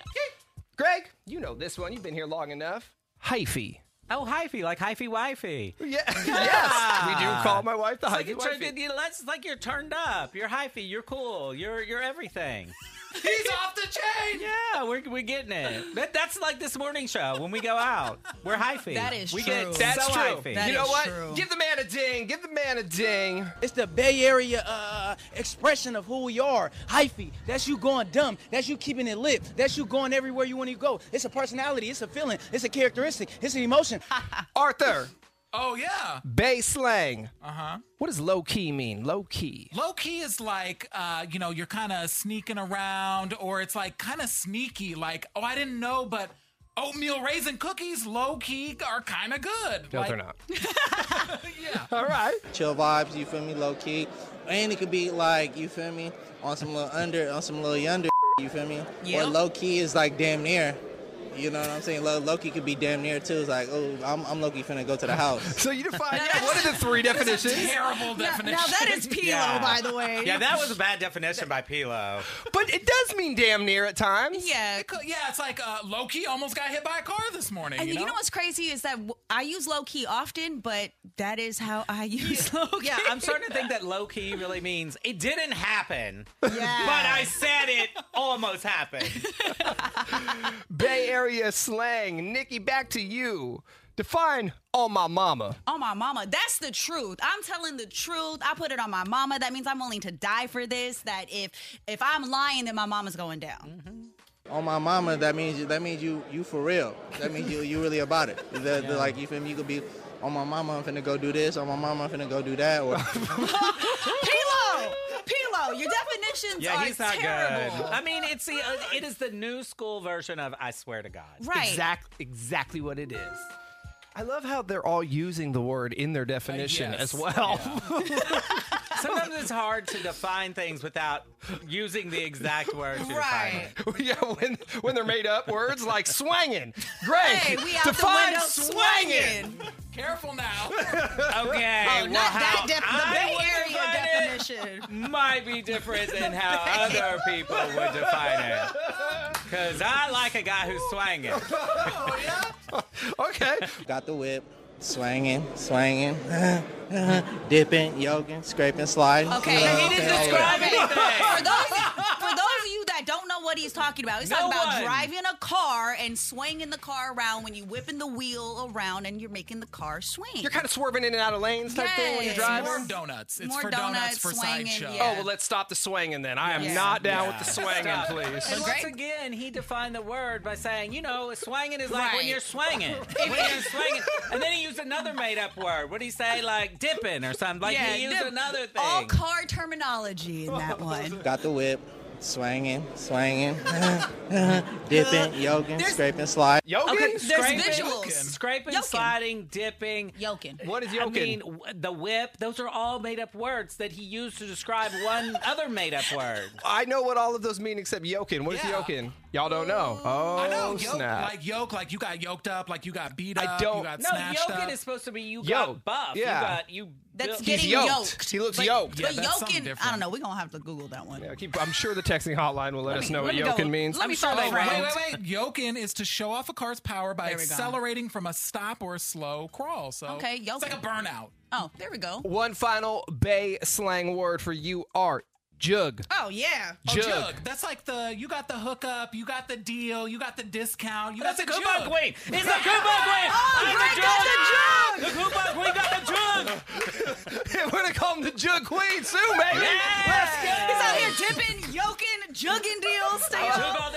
Speaker 4: Greg, you know this one. You've been here long enough. Hyphy.
Speaker 5: (laughs) Oh, hyphy, like hyphy wifey.
Speaker 4: Yeah. yes, we do call my wife the
Speaker 5: It's like,
Speaker 4: hyphy.
Speaker 5: you're turned,
Speaker 4: wifey.
Speaker 5: you know, that's like you're turned up. You're hyphy. You're cool. You're you're (laughs) everything.
Speaker 4: He's off the chain.
Speaker 5: Yeah, we're, we're getting it. That, that's like this morning show when we go out. We're hyphy.
Speaker 6: That is
Speaker 5: we
Speaker 6: true.
Speaker 5: Get
Speaker 4: That's
Speaker 5: so
Speaker 4: true.
Speaker 5: Hyphy.
Speaker 6: That
Speaker 4: you know
Speaker 6: is
Speaker 4: what?
Speaker 6: true.
Speaker 4: Give the man a ding. Give the man a ding.
Speaker 16: It's the Bay Area uh, expression of who we are. Hyphy, that's you going dumb. That's you keeping it lit. That's you going everywhere you want to go. It's a personality. It's a feeling. It's a characteristic. It's an emotion.
Speaker 4: Arthur,
Speaker 7: Oh yeah.
Speaker 4: Bay slang.
Speaker 7: Uh huh.
Speaker 4: What does low key mean? Low key.
Speaker 7: Low key is like, uh, you know, you're kind of sneaking around, or it's like kind of sneaky, like, oh, I didn't know, but oatmeal raisin cookies, low key, are kind of good.
Speaker 4: No,
Speaker 7: Like,
Speaker 4: they're
Speaker 6: (laughs)
Speaker 4: not. yeah. All right.
Speaker 17: chill vibes, you feel me, low key. And it could be like, you feel me, on some little under, on some little yonder, you feel me?
Speaker 6: Yeah.
Speaker 17: Or low key is like damn near. You know what I'm saying? Low, low key could be damn near too. It's like, oh, I'm, I'm low key finna go to the
Speaker 6: (laughs)
Speaker 17: house.
Speaker 4: So you define yeah, one of the three definitions.
Speaker 7: Terrible definition.
Speaker 6: Now that is Pilo,
Speaker 5: Yeah.
Speaker 6: by the way.
Speaker 5: Yeah, that was a bad definition by Pilo.
Speaker 4: But it does mean damn near at times.
Speaker 6: Yeah.
Speaker 7: (laughs) yeah, it's like uh, low key almost got hit by a car this morning.
Speaker 6: And
Speaker 7: you, know?
Speaker 6: what's crazy is that w- I use low key often, but that is how I (laughs) use low key.
Speaker 5: (laughs) Yeah, I'm starting to think that low key really means it didn't happen,
Speaker 6: Yeah.
Speaker 5: but I said it
Speaker 6: (laughs)
Speaker 5: almost happened.
Speaker 4: Bay Area slang. Nikki, back to you. Define on my mama.
Speaker 6: (laughs) on my mama. That's the truth. I'm telling the truth. I put it on my mama. That means I'm willing to die for this. That if if I'm lying, then my mama's going down.
Speaker 17: on my mama, that means you, that means you you for real. That means you you really about it. The, the- like, you feel me? You could be on my mama, I'm finna go do this. On my mama, I'm finna go do that.
Speaker 6: (laughs)
Speaker 17: Or
Speaker 6: Pilo, Pilo, your (laughs) definitions
Speaker 5: Mm-hmm. Yeah,
Speaker 6: are
Speaker 5: he's not
Speaker 6: terrible.
Speaker 5: good. I mean, it's the uh, it is the new school version of I swear to God.
Speaker 6: Right.
Speaker 4: Exact, exactly what it is. I love how they're all using the word in their definition
Speaker 7: yes.
Speaker 4: as well.
Speaker 5: Sometimes it's hard to define things without using the exact words. to define
Speaker 6: Right.
Speaker 4: (laughs)
Speaker 5: it.
Speaker 4: Yeah, when, when they're made up words like swangin'. Great.
Speaker 6: Hey, we out
Speaker 4: define
Speaker 6: the window
Speaker 4: swangin'.
Speaker 6: swinging. (laughs)
Speaker 7: Careful now.
Speaker 5: Okay.
Speaker 6: Oh,
Speaker 5: well,
Speaker 6: not that
Speaker 5: how
Speaker 6: def-
Speaker 5: I
Speaker 6: the
Speaker 5: would
Speaker 6: Bay
Speaker 5: define
Speaker 6: Area
Speaker 5: it
Speaker 6: definition.
Speaker 5: Might be different than how other people would define it. Because I like a guy who's swanging.
Speaker 4: Okay.
Speaker 17: Got the whip, swinging, swinging, (laughs) dipping, yoking, scraping, sliding.
Speaker 6: Okay. (laughs)
Speaker 17: You know what I'm saying? All of that.
Speaker 6: For those, for those of you that don't know what what he's talking about. He's
Speaker 5: No
Speaker 6: talking about
Speaker 5: one.
Speaker 6: driving a car and swinging the car around when you whipping the wheel around and you're making the car swing.
Speaker 4: You're kind of swerving in and out of lanes type thing when you're
Speaker 6: Yes.
Speaker 4: driving.
Speaker 6: More
Speaker 7: donuts.
Speaker 6: It's More for donuts, donuts, for swinging, sideshow. yeah.
Speaker 4: Oh well, let's stop the swinging then. I am
Speaker 5: Yeah.
Speaker 4: not down with the
Speaker 5: Yeah.
Speaker 4: swinging,
Speaker 5: Stop.
Speaker 4: please.
Speaker 5: And once again, he defined the word by saying, you know, swinging is like
Speaker 4: Right.
Speaker 5: when you're
Speaker 6: (laughs)
Speaker 5: swinging. when you're swinging. And then he used another made up word. What did he say? Like dipping or something. Like he used
Speaker 6: the-
Speaker 5: another thing.
Speaker 6: All car terminology in that one.
Speaker 17: Got the whip, swinging, swinging, (laughs)
Speaker 16: (laughs)
Speaker 17: dipping, yoking, scraping, slide.
Speaker 5: Okay, Scraping, sliding, dipping.
Speaker 6: Yoking.
Speaker 5: What
Speaker 4: is
Speaker 5: I
Speaker 4: yoking?
Speaker 5: mean, w- the whip. Those are all made up words that he used to describe one other made up word.
Speaker 4: I know what all of those mean except yoking. What is yoking? Y'all don't know. Oh
Speaker 7: I know, yoke,
Speaker 4: snap!
Speaker 7: like yoke, like you got yoked up, like you got beat up,
Speaker 4: I don't-
Speaker 7: you got
Speaker 4: No,
Speaker 7: snatched
Speaker 4: yoking
Speaker 7: up.
Speaker 4: is
Speaker 5: supposed to be you
Speaker 4: got Yoked, buff, you yeah. got- you That's built- getting yoked. He looks
Speaker 6: but,
Speaker 4: yoked. Yeah,
Speaker 6: But
Speaker 4: that's something
Speaker 6: yoking, I
Speaker 4: different.
Speaker 6: don't know. We're going to have to Google that one.
Speaker 4: Yeah, keep- I'm sure the texting hotline will let, us
Speaker 6: me-
Speaker 4: know
Speaker 6: let
Speaker 4: what
Speaker 6: me go-
Speaker 4: yoking means.
Speaker 6: let me
Speaker 4: I'm sure
Speaker 6: follow
Speaker 4: they
Speaker 6: Frank.
Speaker 4: will.
Speaker 7: Oh, Wait, wait, wait. Yoking is to show off a car's power by
Speaker 6: There we go.
Speaker 7: accelerating from a stop or a slow crawl. So
Speaker 6: Okay, yoking.
Speaker 7: it's like a burnout.
Speaker 6: Oh, there we go.
Speaker 4: One final Bay slang word for you are jug.
Speaker 6: Oh yeah,
Speaker 7: Oh,
Speaker 4: Jug.
Speaker 7: jug. That's like the you got the hookup, you got the deal, you got the discount, you
Speaker 5: That's
Speaker 7: got
Speaker 5: a
Speaker 7: the
Speaker 5: coupon
Speaker 7: jug.
Speaker 5: queen.
Speaker 7: (laughs)
Speaker 5: It's a coupon queen.
Speaker 7: Oh,
Speaker 5: I'm
Speaker 7: Greg got
Speaker 5: the jug. The coupon queen got the
Speaker 7: (laughs)
Speaker 5: jug.
Speaker 4: (laughs) We're gonna call him the Jug Queen soon, baby.
Speaker 6: He's out here dipping, yoking, jugging deals. Stay up.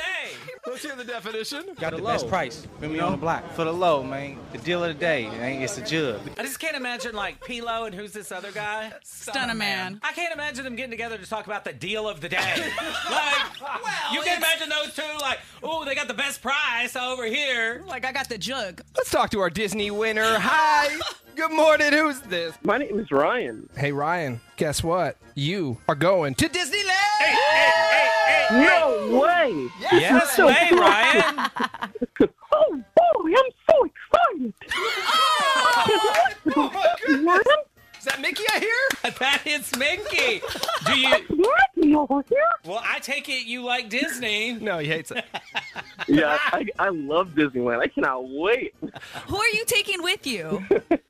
Speaker 4: Let's hear the definition.
Speaker 18: Got the best price. Been me on the block for the low, man. The deal of the day, man. It's a jug.
Speaker 5: I just can't imagine like Pilo and who's this other guy?
Speaker 6: Stunner Man.
Speaker 5: I can't imagine them getting together to talk about the deal of the day.
Speaker 7: (laughs)
Speaker 5: like, you can imagine those two like, oh, they got the best price over here.
Speaker 6: Like I got the jug.
Speaker 4: Let's talk to our Disney winner. Hi. Good morning. Who's this?
Speaker 19: My name is Ryan.
Speaker 4: Hey Ryan, guess what? You are going to Disneyland.
Speaker 19: No way.
Speaker 4: Yes,
Speaker 19: This is so (laughs)
Speaker 4: way,
Speaker 19: cool.
Speaker 4: Ryan.
Speaker 19: oh boy, I'm so excited.
Speaker 4: Oh Is that Mickey I hear?
Speaker 5: that is Mickey. Do you?
Speaker 19: Mickey over here.
Speaker 5: Well, I take it you like Disney.
Speaker 4: No, he hates it.
Speaker 19: Yeah, I, I love Disneyland. I cannot wait.
Speaker 6: Who are you taking with you?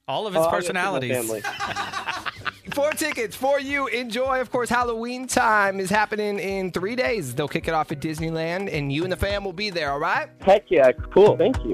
Speaker 5: All of
Speaker 4: his
Speaker 19: Oh, I guess my
Speaker 4: personalities.
Speaker 19: family.
Speaker 4: Four tickets for you. Enjoy. Of course, Halloween time is happening in three days. They'll kick it off at Disneyland, and you and the fam will be there, all right?
Speaker 19: Heck yeah, cool. Thank you.